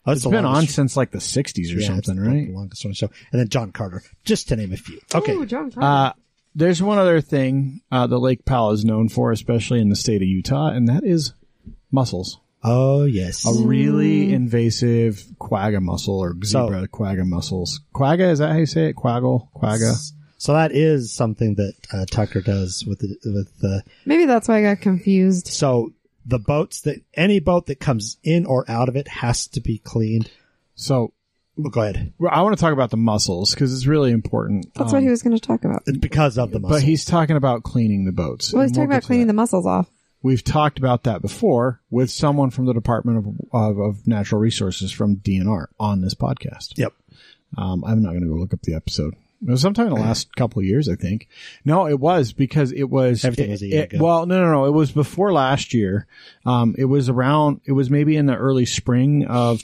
[SPEAKER 4] oh,
[SPEAKER 3] It's
[SPEAKER 4] the
[SPEAKER 3] been on
[SPEAKER 4] longest-
[SPEAKER 3] since like the 60s or
[SPEAKER 4] yeah, it's
[SPEAKER 3] something,
[SPEAKER 4] the
[SPEAKER 3] right?
[SPEAKER 4] longest running show, and then John Carter, just to name a few. Okay,
[SPEAKER 2] Ooh, John Carter.
[SPEAKER 3] Uh, there's one other thing uh, that Lake Powell is known for, especially in the state of Utah, and that is mussels.
[SPEAKER 4] oh yes,
[SPEAKER 3] A
[SPEAKER 2] Mm.
[SPEAKER 3] really invasive quagga mussel or zebra quagga mussels. Quagga, is that how you say it? Quaggle? Quagga?
[SPEAKER 4] So that is something that uh, Tucker does with the, with the
[SPEAKER 2] Maybe that's why I got confused.
[SPEAKER 4] so the boats that any boat that comes in or out of it has to be cleaned.
[SPEAKER 3] So
[SPEAKER 4] Well, go ahead.
[SPEAKER 3] well, I want to talk about the mussels because it's really important.
[SPEAKER 2] That's
[SPEAKER 3] Um,
[SPEAKER 2] what he was going to talk about.
[SPEAKER 4] It's because of the muscle.
[SPEAKER 3] But he's talking about cleaning the boats.
[SPEAKER 2] Well, he's
[SPEAKER 3] and
[SPEAKER 2] talking
[SPEAKER 3] we'll
[SPEAKER 2] about
[SPEAKER 3] get to
[SPEAKER 2] cleaning
[SPEAKER 3] that.
[SPEAKER 2] the muscles off.
[SPEAKER 3] We've talked about that before with someone from the Department of, of, of Natural Resources from DNR on this podcast.
[SPEAKER 4] yep.
[SPEAKER 3] Um, I'm not going to go look up the episode. It was sometime in the last couple of years, I think. No, it was because it was
[SPEAKER 4] Everything
[SPEAKER 3] it-
[SPEAKER 4] was a year
[SPEAKER 3] it-
[SPEAKER 4] ago.
[SPEAKER 3] Well, no, no, no. It was before last year. Um, it was around. It was maybe in the early spring of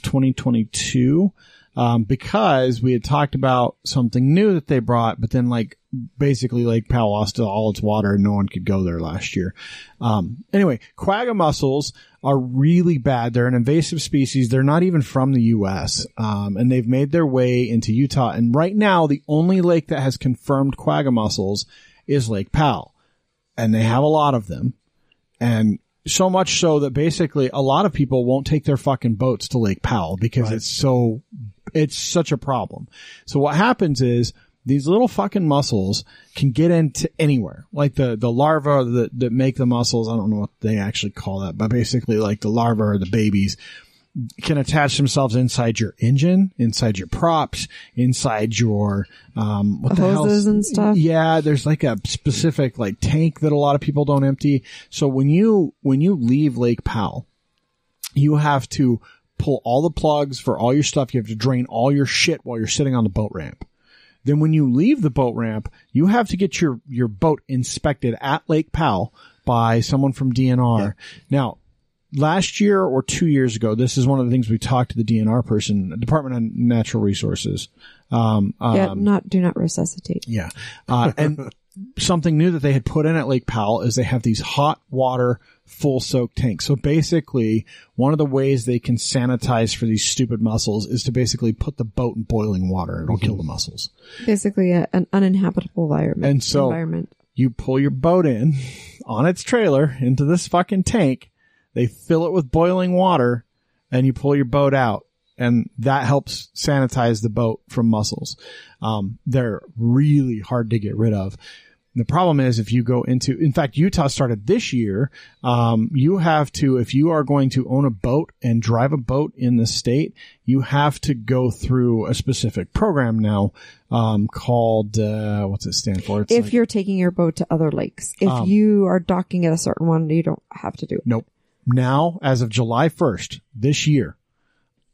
[SPEAKER 3] 2022. Um, because we had talked about something new that they brought, but then like basically Lake Powell lost all its water and no one could go there last year. Um, anyway, quagga mussels are really bad. They're an invasive species. They're not even from the U.S. Um, and they've made their way into Utah. And right now, the only lake that has confirmed quagga mussels is Lake Powell. And they have a lot of them. And so much so that basically a lot of people won't take their fucking boats to Lake Powell because it's so, it's such a problem. So what happens is these little fucking mussels can get into anywhere. Like the, the larvae that, that make the mussels, I don't know what they actually call that, but basically like the larvae or the babies can attach themselves inside your engine, inside your props, inside your, um, what the hell?
[SPEAKER 2] Hoses and stuff.
[SPEAKER 3] Yeah, there's like a specific like tank that a lot of people don't empty. So when you, when you leave Lake Powell, you have to pull all the plugs for all your stuff. You have to drain all your shit while you're sitting on the boat ramp. Then when you leave the boat ramp, you have to get your, your boat inspected at Lake Powell by someone from DNR. Now, last year or two years ago, this is one of the things we talked to the DNR person, Department of Natural Resources. Um,
[SPEAKER 2] yeah,
[SPEAKER 3] um,
[SPEAKER 2] not do not resuscitate.
[SPEAKER 3] yeah. Uh, and something new that they had put in at Lake Powell is they have these hot water full soak tanks. So basically, one of the ways they can sanitize for these stupid mussels is to basically put the boat in boiling water. It'll kill the mussels.
[SPEAKER 2] Basically, a, an uninhabitable environment.
[SPEAKER 3] And so-
[SPEAKER 2] environment.
[SPEAKER 3] You pull your boat in on its trailer into this fucking tank. They fill it with boiling water and you pull your boat out and that helps sanitize the boat from mussels. Um, they're really hard to get rid of. The problem is if you go into, in fact, Utah started this year. Um, you have to, if you are going to own a boat and drive a boat in the state, you have to go through a specific program now, um, called, uh, what's it stand for? It's
[SPEAKER 2] If
[SPEAKER 3] like- Um,
[SPEAKER 2] you're taking your boat to other lakes, if you are docking at a certain one, you don't have to do it.
[SPEAKER 3] Nope. Now, as of July 1st this year,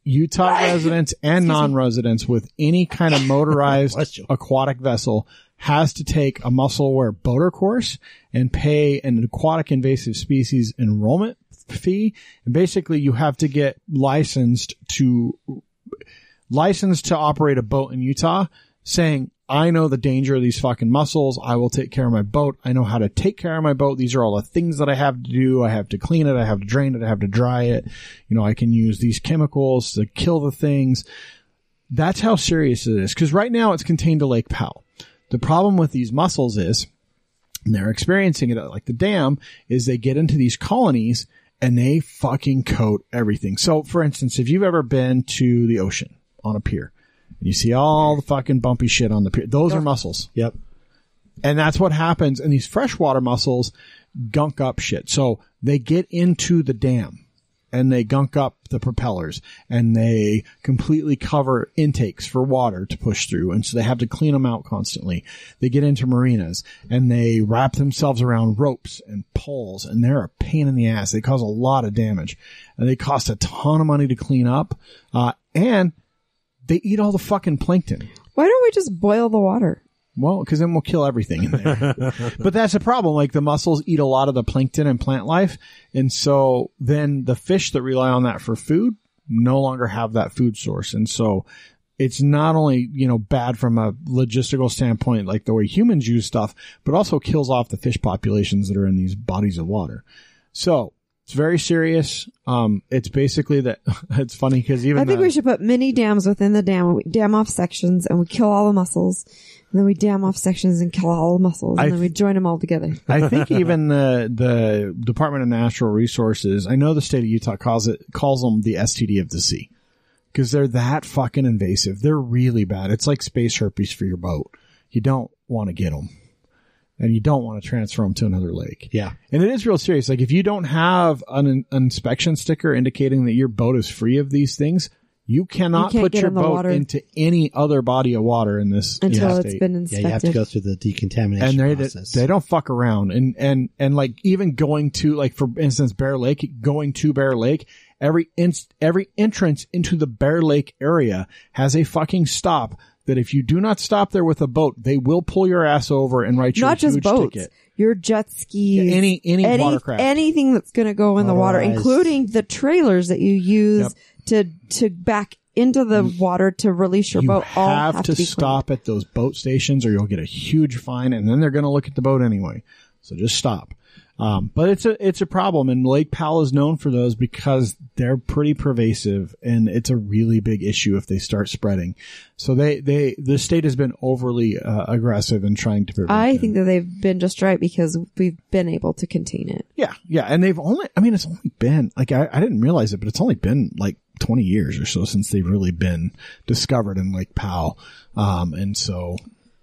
[SPEAKER 3] Utah residents and non-residents with any kind of
[SPEAKER 4] Bless
[SPEAKER 3] motorized
[SPEAKER 4] you.
[SPEAKER 3] aquatic vessel has to take a mussel aware boater course and pay an aquatic invasive species enrollment fee. And basically you have to get licensed to licensed to operate a boat in Utah saying, I know the danger of these fucking mussels. I will take care of my boat. I know how to take care of my boat. These are all the things that I have to do. I have to clean it. I have to drain it. I have to dry it. You know, I can use these chemicals to kill the things. That's how serious it is. Cause right now it's contained to Lake Powell. The problem with these mussels is and they're experiencing it at like the dam is they get into these colonies and they fucking coat everything. So for instance, if you've ever been to the ocean on a pier and you see all the fucking bumpy shit on the pier, those are mussels.
[SPEAKER 4] Yep.
[SPEAKER 3] And that's what happens. And these freshwater mussels gunk up shit. So they get into the dam and they gunk up the propellers and they completely cover intakes for water to push through. And so they have to clean them out constantly. They get into marinas and they wrap themselves around ropes and poles and they're a pain in the ass. They cause a lot of damage and they cost a ton of money to clean up. Uh, and they eat all the fucking plankton.
[SPEAKER 2] Why don't we just boil the water?
[SPEAKER 3] Well, because then we'll kill everything in there. but that's the problem. Like the mussels eat a lot of the plankton and plant life, and so then the fish that rely on that for food no longer have that food source, and so it's not only you know bad from a logistical standpoint, like the way humans use stuff, but also kills off the fish populations that are in these bodies of water. So. It's very serious. Um, it's basically that. It's funny because even
[SPEAKER 2] I think
[SPEAKER 3] the-
[SPEAKER 2] we should put mini dams within the dam. We dam off sections and we kill all the mussels. And then we dam off sections and kill all the mussels. And
[SPEAKER 3] I
[SPEAKER 2] then we join them all together.
[SPEAKER 3] I think even the the Department of Natural Resources, I know the state of Utah calls it calls them the STD of the sea because they're that fucking invasive. They're really bad. It's like space herpes for your boat. You don't want to get them, and you don't want to transfer them to another lake.
[SPEAKER 4] Yeah.
[SPEAKER 3] And it is real serious. Like if you don't have an, an inspection sticker indicating that your boat is free of these things, you cannot
[SPEAKER 2] can't
[SPEAKER 3] put
[SPEAKER 2] get
[SPEAKER 3] your
[SPEAKER 2] in the
[SPEAKER 3] boat
[SPEAKER 2] water.
[SPEAKER 3] into any other body of water in this in
[SPEAKER 2] Until
[SPEAKER 3] this
[SPEAKER 2] it's
[SPEAKER 3] state
[SPEAKER 2] been
[SPEAKER 4] Yeah, you have to
[SPEAKER 2] inspected.
[SPEAKER 4] go through the decontamination
[SPEAKER 3] and they
[SPEAKER 4] process.
[SPEAKER 3] they don't fuck around and and and like even going to like for instance bear lake going to bear lake every inst every entrance into the bear lake area has a fucking stop that if you do not stop there with a boat they will pull your ass over and write you
[SPEAKER 2] Not
[SPEAKER 3] a
[SPEAKER 2] just
[SPEAKER 3] huge
[SPEAKER 2] boats.
[SPEAKER 3] ticket
[SPEAKER 2] Your jet skis.
[SPEAKER 3] Yeah, any- any watercraft.
[SPEAKER 2] Anything that's going to go in the water,
[SPEAKER 4] Motorized.
[SPEAKER 2] including the trailers that you use to, to back into the water to release your
[SPEAKER 3] you
[SPEAKER 2] boat. all
[SPEAKER 3] have, to,
[SPEAKER 2] be cleaned.
[SPEAKER 3] stop at those boat stations or you'll get a huge fine and then they're going to look at the boat anyway so just stop um, but it's a it's a problem and lake powell is known for those because they're pretty pervasive and it's a really big issue if they start spreading so they they the state has been overly uh, aggressive in trying to prevent
[SPEAKER 2] I
[SPEAKER 3] them.
[SPEAKER 2] think that they've been just right because we've been able to contain it.
[SPEAKER 3] yeah yeah and they've only i mean it's only been like I, I didn't realize it but it's only been like 20 years or so since they've really been discovered in lake powell um, and so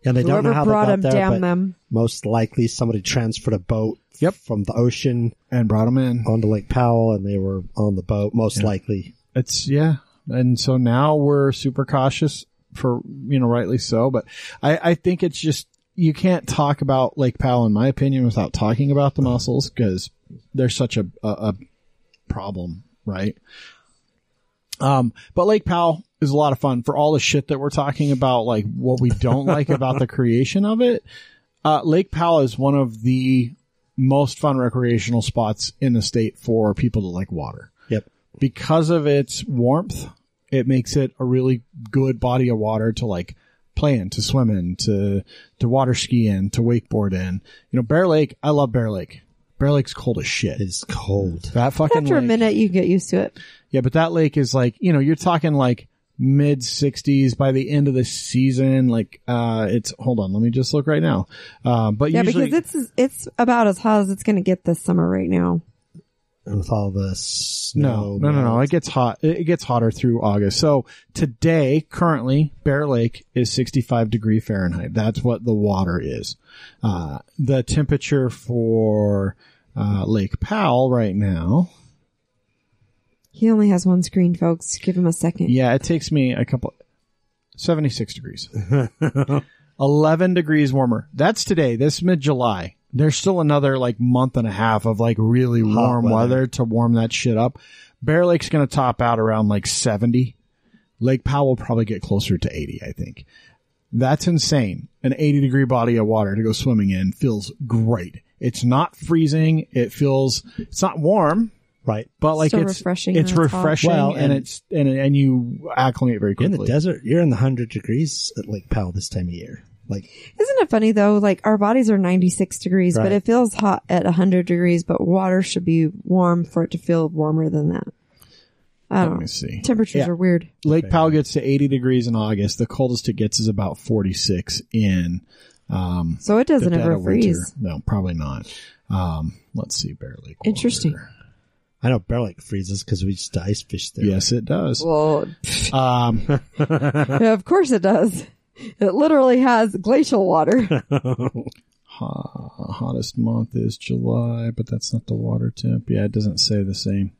[SPEAKER 4] and they don't know
[SPEAKER 2] Whoever
[SPEAKER 4] how they
[SPEAKER 2] brought
[SPEAKER 4] got
[SPEAKER 2] them,
[SPEAKER 4] there,
[SPEAKER 2] damn
[SPEAKER 4] but
[SPEAKER 2] them.
[SPEAKER 4] most likely somebody transferred a boat
[SPEAKER 3] Yep.
[SPEAKER 4] from the ocean
[SPEAKER 3] and brought them in
[SPEAKER 4] onto Lake Powell, and they were on the boat most likely.
[SPEAKER 3] It's yeah, and so now we're super cautious for you know rightly so, but I I think it's just you can't talk about Lake Powell in my opinion without talking about the mussels because they're such a, a a problem, right? Um, but Lake Powell is a lot of fun for all the shit that we're talking about, like what we don't like about the creation of it. Uh, Lake Powell is one of the most fun recreational spots in the state for people that like water
[SPEAKER 4] Yep.
[SPEAKER 3] because of its warmth, it makes it a really good body of water to like play in, to swim in, to to water ski in, to wakeboard in. You know, Bear Lake. I love Bear Lake. Bear Lake's cold as shit.
[SPEAKER 4] It's cold.
[SPEAKER 3] That fucking
[SPEAKER 2] After a
[SPEAKER 3] lake-
[SPEAKER 2] minute, you get used to it.
[SPEAKER 3] yeah, but that lake is like you know you're talking like mid 60s by the end of the season. Like uh, it's hold on, let me just look right now. Uh, but
[SPEAKER 2] Yeah,
[SPEAKER 3] usually
[SPEAKER 2] because it's it's about as hot as it's going to get this summer right now.
[SPEAKER 4] And with all the snow.
[SPEAKER 3] No, no, no, no.
[SPEAKER 4] melt.
[SPEAKER 3] It gets hot. It gets hotter through August. So today, currently, Bear Lake is 65 degree Fahrenheit. That's what the water is. Uh, the temperature for uh, Lake Powell right now.
[SPEAKER 2] He only has one screen, folks. Give him a second.
[SPEAKER 3] Yeah, it takes me a couple. 76 degrees. 11 degrees warmer. That's today. This mid July. There's still another like month and a half of like really warm weather.
[SPEAKER 4] weather.
[SPEAKER 3] to warm that shit up. Bear Lake's going to top out around like 70. Lake Powell will probably get closer to 80, I think. That's insane. An 80 degree body of water to go swimming in feels great. It's not freezing. It feels, it's not warm,
[SPEAKER 4] Right.
[SPEAKER 3] but like
[SPEAKER 2] Still
[SPEAKER 3] it's
[SPEAKER 2] refreshing
[SPEAKER 3] It's
[SPEAKER 2] when it's hot.
[SPEAKER 3] refreshing,
[SPEAKER 4] Well,
[SPEAKER 3] and,
[SPEAKER 4] and-
[SPEAKER 3] it's and and you acclimate very
[SPEAKER 4] You're
[SPEAKER 3] quickly.
[SPEAKER 4] in the desert. You're in the 100 degrees at Lake Powell this time of year. Like,
[SPEAKER 2] Isn't it funny though? Like our bodies are 96 degrees, but
[SPEAKER 4] Right.
[SPEAKER 2] it feels hot at 100 degrees. But water should be warm for it to feel warmer than that. I
[SPEAKER 3] Let
[SPEAKER 2] don't
[SPEAKER 3] me
[SPEAKER 2] know.
[SPEAKER 3] see.
[SPEAKER 2] Temperatures
[SPEAKER 3] Yeah.
[SPEAKER 2] are weird.
[SPEAKER 3] Lake Powell gets to 80 degrees in August. The coldest it gets is about 46 in um,
[SPEAKER 2] So it
[SPEAKER 3] the
[SPEAKER 2] doesn't
[SPEAKER 3] dead
[SPEAKER 2] ever
[SPEAKER 3] of winter.
[SPEAKER 2] freeze.
[SPEAKER 3] No, probably not. Um, let's see, Bear Lake. water.
[SPEAKER 2] Interesting.
[SPEAKER 4] I know Bear Lake freezes because we used to ice fish there.
[SPEAKER 3] Yes, it does.
[SPEAKER 2] Well,
[SPEAKER 3] Um,
[SPEAKER 2] yeah, of course it does. It literally has glacial water.
[SPEAKER 3] ho- hottest month is July, but that's not the water temp. Yeah, it doesn't say the same.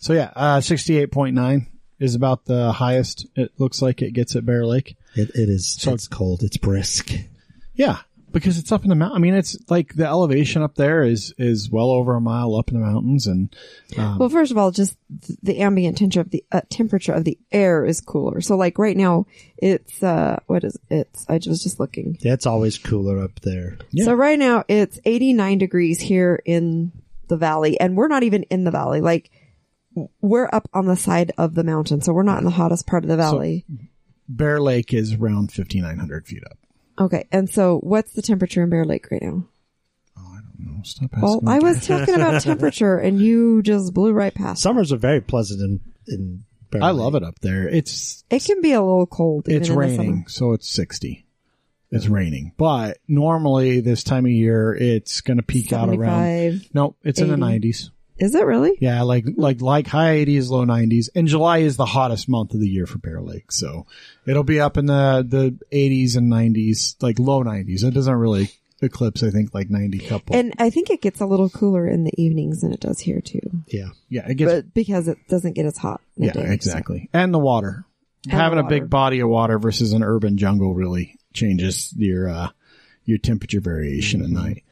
[SPEAKER 3] So yeah, uh, 68.9 is about the highest it looks like it gets at Bear Lake.
[SPEAKER 4] It, it is. it's cold. It's brisk.
[SPEAKER 3] Yeah, because it's up in the mountain. I mean, it's like the elevation up there is is well over a mile up in the mountains, and Um.
[SPEAKER 2] well, first of all, just th- the ambient temperature of the uh, temperature of the air is cooler. So like right now, it's uh, what is it's? I was just looking.
[SPEAKER 4] That's always cooler up there.
[SPEAKER 2] So right now it's 89 degrees here in the valley, and we're not even in the valley. Like we're up on the side of the mountain, so we're not in the hottest part of the valley.
[SPEAKER 3] Bear Lake is around 5,900 feet up.
[SPEAKER 2] okay, and so what's the temperature in Bear Lake right now?
[SPEAKER 3] Oh, stop asking.
[SPEAKER 2] Well, I was talking about temperature, and you just blew right past.
[SPEAKER 4] Summers are very pleasant in in. Bear
[SPEAKER 3] I
[SPEAKER 4] Lake.
[SPEAKER 3] love it up there. It's
[SPEAKER 2] It can be a little cold. Even
[SPEAKER 3] it's
[SPEAKER 2] in the
[SPEAKER 3] raining,
[SPEAKER 2] summer.
[SPEAKER 3] so it's 60. It's raining, but normally this time of year it's going to peak out around.
[SPEAKER 2] 75.
[SPEAKER 3] No, it's in the
[SPEAKER 2] 80.
[SPEAKER 3] 90s.
[SPEAKER 2] Is it really?
[SPEAKER 3] Yeah, like like like high 80s, low 90s, and July is the hottest month of the year for Bear Lake, so it'll be up in the the 80s and 90s, like low 90s. It doesn't really eclipse, I think, like 90 couple.
[SPEAKER 2] And I think it gets a little cooler in the evenings than it does here too,
[SPEAKER 4] Yeah.
[SPEAKER 3] yeah, it gets
[SPEAKER 2] but because it doesn't get as hot. in the
[SPEAKER 3] yeah
[SPEAKER 2] day, so.
[SPEAKER 3] exactly, and the water. Having
[SPEAKER 2] the
[SPEAKER 3] a
[SPEAKER 2] water.
[SPEAKER 3] big body of water versus an urban jungle really changes your uh your temperature variation
[SPEAKER 2] Mm-hmm.
[SPEAKER 3] at night.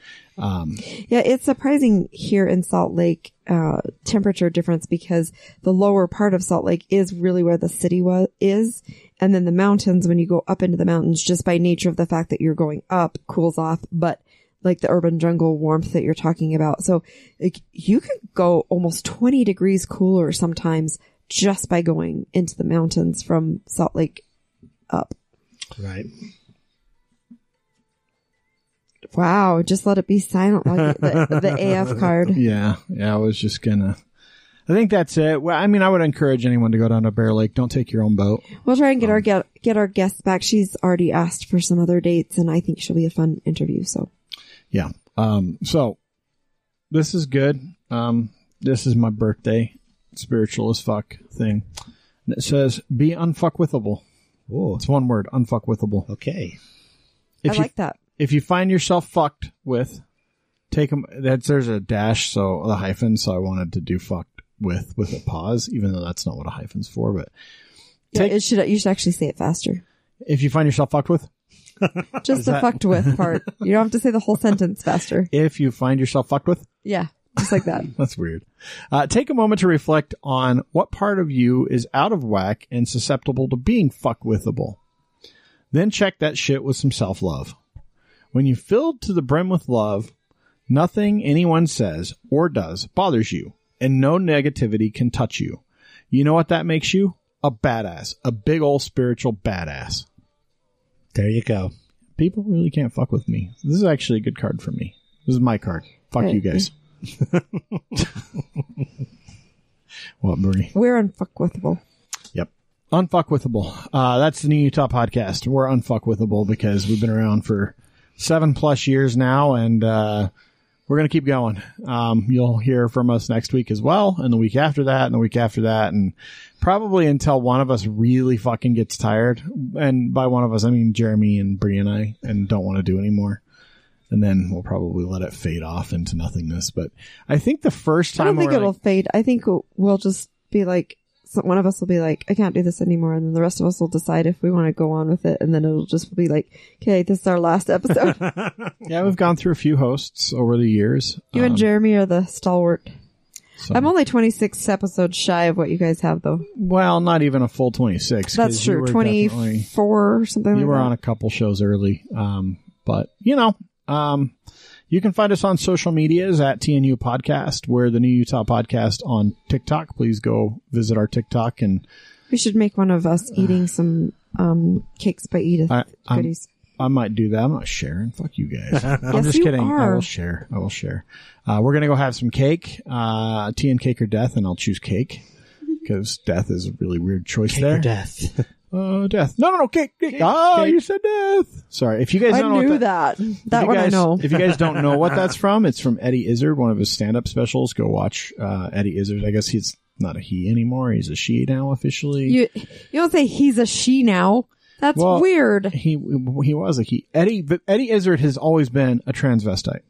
[SPEAKER 2] Yeah, it's surprising here in Salt Lake uh, temperature difference because the lower part of Salt Lake is really where the city was is, and then the mountains. When you go up into the mountains, just by nature of the fact that you're going up, cools off. But like the urban jungle warmth that you're talking about, so like you could go almost 20 degrees cooler sometimes just by going into the mountains from Salt Lake up.
[SPEAKER 4] Right.
[SPEAKER 2] Wow, just let it be silent like the, the AF card.
[SPEAKER 3] Yeah, yeah. I was just gonna. I think that's it. Well, I mean, I would encourage anyone to go down to Bear Lake. Don't take your own boat.
[SPEAKER 2] We'll try and
[SPEAKER 3] Um,
[SPEAKER 2] get our get, get our guests back. She's already asked for some other dates, and I think she'll be a fun interview. So
[SPEAKER 3] Yeah. Um. So this is good. Um. This is my birthday spiritual as fuck thing. And It says be unfuckwithable.
[SPEAKER 4] Oh.
[SPEAKER 3] It's one word, unfuckwithable.
[SPEAKER 4] Okay.
[SPEAKER 3] If
[SPEAKER 2] I
[SPEAKER 3] you
[SPEAKER 2] like that.
[SPEAKER 3] if you find yourself fucked with, take them. That's there's a dash, so the hyphen. So I wanted to do fucked with with a pause, even though that's not what a hyphen's for. But
[SPEAKER 2] Yeah,
[SPEAKER 3] Take-
[SPEAKER 2] it should you should actually say it faster.
[SPEAKER 3] if you find yourself fucked with,
[SPEAKER 2] Just the fucked with part. You don't have to say the whole sentence faster.
[SPEAKER 3] if you find yourself fucked with,
[SPEAKER 2] Yeah, just like that.
[SPEAKER 3] That's weird. Uh, take a moment to reflect on what part of you is out of whack and susceptible to being fuck withable. Then check that shit with some self love. When you're filled to the brim with love, nothing anyone says or does bothers you, and no negativity can touch you. You know what that makes you? A badass, a big old spiritual badass.
[SPEAKER 4] There you go.
[SPEAKER 3] People really can't fuck with me. This is actually a good card for me. This is my card. Fuck you guys. what, Marie?
[SPEAKER 2] We're unfuckwithable.
[SPEAKER 3] Yep. Unfuckwithable. Uh, that's the new Utah podcast. We're unfuckwithable because we've been around for seven plus years now, and uh, we're going to keep going. Um, you'll hear from us next week as well, and the week after that, and the week after that, and probably until one of us really fucking gets tired. And by one of us, I mean Jeremy and Bree and I, and don't want to do anymore. And then we'll probably let it fade off into nothingness. But I think the first
[SPEAKER 2] I
[SPEAKER 3] time
[SPEAKER 2] don't think
[SPEAKER 3] we're
[SPEAKER 2] it'll
[SPEAKER 3] like-
[SPEAKER 2] fade. I think we'll- we'll just be like so one of us will be like, I can't do this anymore, and then the rest of us will decide if we want to go on with it, and then it'll just be like, okay, this is our last episode.
[SPEAKER 3] yeah, we've gone through a few hosts over the years.
[SPEAKER 2] you
[SPEAKER 3] Um,
[SPEAKER 2] and Jeremy are the stalwart.
[SPEAKER 3] so-
[SPEAKER 2] I'm only 26 episodes shy of what you guys have, though.
[SPEAKER 3] Well, not even a full 26. 'cause
[SPEAKER 2] That's
[SPEAKER 3] you
[SPEAKER 2] true.
[SPEAKER 3] were definitely-
[SPEAKER 2] 24 or something
[SPEAKER 3] You
[SPEAKER 2] like
[SPEAKER 3] were
[SPEAKER 2] that.
[SPEAKER 3] on a couple shows early. Um, but, you know, um, you can find us on social medias at TNU Podcast. We're the new Utah podcast on TikTok. Please go visit our TikTok. And
[SPEAKER 2] we should make one of us eating some um, cakes by Edith
[SPEAKER 3] I- I'm-
[SPEAKER 2] goodies.
[SPEAKER 3] I might do that. I'm not sharing. Fuck you guys. I'm
[SPEAKER 2] Yes,
[SPEAKER 3] just
[SPEAKER 2] you
[SPEAKER 3] kidding. I
[SPEAKER 2] are.
[SPEAKER 3] will share. I will share. Uh, we're going to go have some cake, uh, tea and cake or death, and I'll choose cake because death is a really weird choice
[SPEAKER 4] Cake
[SPEAKER 3] there.
[SPEAKER 4] or death.
[SPEAKER 3] Uh, death. No, no, no, cake, cake. oh,
[SPEAKER 4] cake.
[SPEAKER 3] you said death. Sorry. If you guys
[SPEAKER 2] I
[SPEAKER 3] don't know what
[SPEAKER 2] knew
[SPEAKER 3] that-
[SPEAKER 2] that. That
[SPEAKER 3] If you
[SPEAKER 2] one I
[SPEAKER 3] guys-
[SPEAKER 2] know.
[SPEAKER 3] If you guys don't know what that's from, it's from Eddie Izzard, one of his stand-up specials. Go watch uh, Eddie Izzard. I guess he's not a he anymore; he's a she now officially.
[SPEAKER 2] You, you don't say he's a she now. That's
[SPEAKER 3] Well-
[SPEAKER 2] weird.
[SPEAKER 3] he he was a he. Eddie, but Eddie Izzard has always been a transvestite.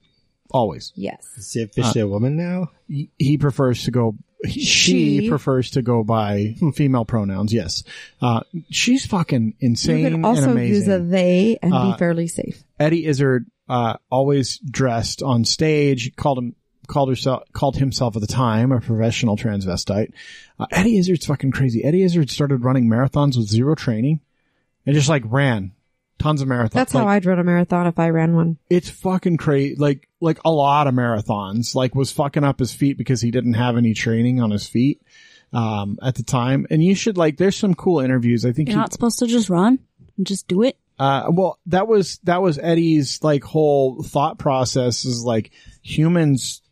[SPEAKER 3] Always,
[SPEAKER 2] Yes.
[SPEAKER 4] Is he officially a woman now?
[SPEAKER 3] he, he prefers to go. she,
[SPEAKER 2] She.
[SPEAKER 3] prefers to go by female pronouns. Yes, uh, she's fucking insane
[SPEAKER 2] You could
[SPEAKER 3] and
[SPEAKER 2] also
[SPEAKER 3] amazing.
[SPEAKER 2] use a they and
[SPEAKER 3] Uh,
[SPEAKER 2] be fairly safe.
[SPEAKER 3] Eddie Izzard uh, always dressed on stage. Called him called herself called himself at the time a professional transvestite. Uh, Eddie Izzard's fucking crazy. Eddie Izzard started running marathons with zero training and just like ran tons of marathons.
[SPEAKER 2] That's
[SPEAKER 3] Like,
[SPEAKER 2] how I'd run a marathon if I ran one.
[SPEAKER 3] it's fucking crazy. Like, like a lot of marathons, like was fucking up his feet because he didn't have any training on his feet, um, at the time. And you should like, there's some cool interviews. I think,
[SPEAKER 5] You're
[SPEAKER 3] he,
[SPEAKER 5] not supposed to just run and just do it.
[SPEAKER 3] uh, well, that was, that was Eddie's like whole thought process is like humans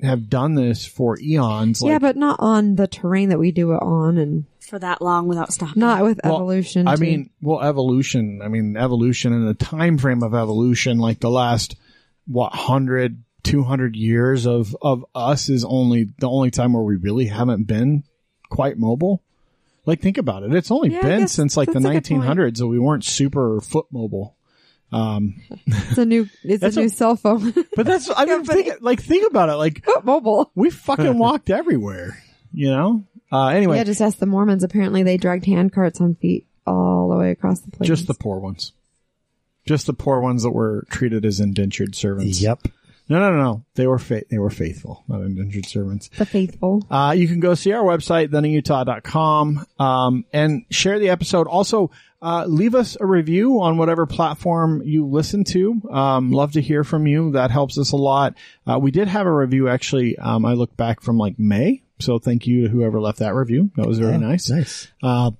[SPEAKER 3] have done this for eons. Like,
[SPEAKER 2] yeah, but not on the terrain that we do it on and
[SPEAKER 5] for that long without stopping.
[SPEAKER 2] not with
[SPEAKER 3] Well,
[SPEAKER 2] evolution.
[SPEAKER 3] I
[SPEAKER 2] to-
[SPEAKER 3] mean, well, evolution. I mean, evolution and the time frame of evolution, like the last what 100, 200 years of of us is only the only time where we really haven't been quite mobile. Like, think about it. It's only
[SPEAKER 2] Yeah, I
[SPEAKER 3] been
[SPEAKER 2] guess
[SPEAKER 3] since like the
[SPEAKER 2] that's a good
[SPEAKER 3] nineteen
[SPEAKER 2] point.
[SPEAKER 3] hundreds that we weren't super foot mobile. Um,
[SPEAKER 2] it's a new, it's
[SPEAKER 3] That's
[SPEAKER 2] a new
[SPEAKER 3] a-
[SPEAKER 2] cell phone.
[SPEAKER 3] but that's I mean,
[SPEAKER 2] but-
[SPEAKER 3] think, like think about it. Like
[SPEAKER 2] Mobile.
[SPEAKER 3] we fucking walked everywhere, you know. Uh, anyway,
[SPEAKER 2] Yeah, just ask the Mormons. Apparently, they dragged hand carts on feet all the way across the place.
[SPEAKER 3] Just the poor ones. Just the poor ones that were treated as indentured servants.
[SPEAKER 4] Yep.
[SPEAKER 3] No, no, no, no. They were fa- they were faithful, not indentured servants.
[SPEAKER 2] the faithful.
[SPEAKER 3] Uh, you can go see our website, thenutah.com, um, and share the episode. Also, uh, leave us a review on whatever platform you listen to. Um, love to hear from you. That helps us a lot. Uh, we did have a review actually. Um, I look back from like May. So thank you to whoever left that review. That was very
[SPEAKER 4] Oh,
[SPEAKER 3] nice
[SPEAKER 4] Nice.
[SPEAKER 3] uh,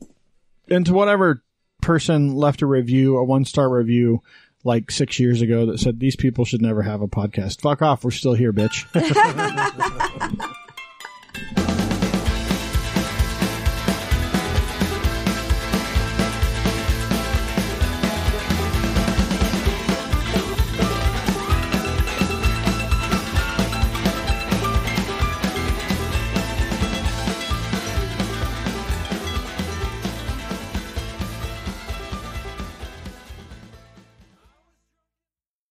[SPEAKER 3] and to whatever person left a review, a one star review, like six years ago that said these people should never have a podcast. Fuck off, we're still here, bitch.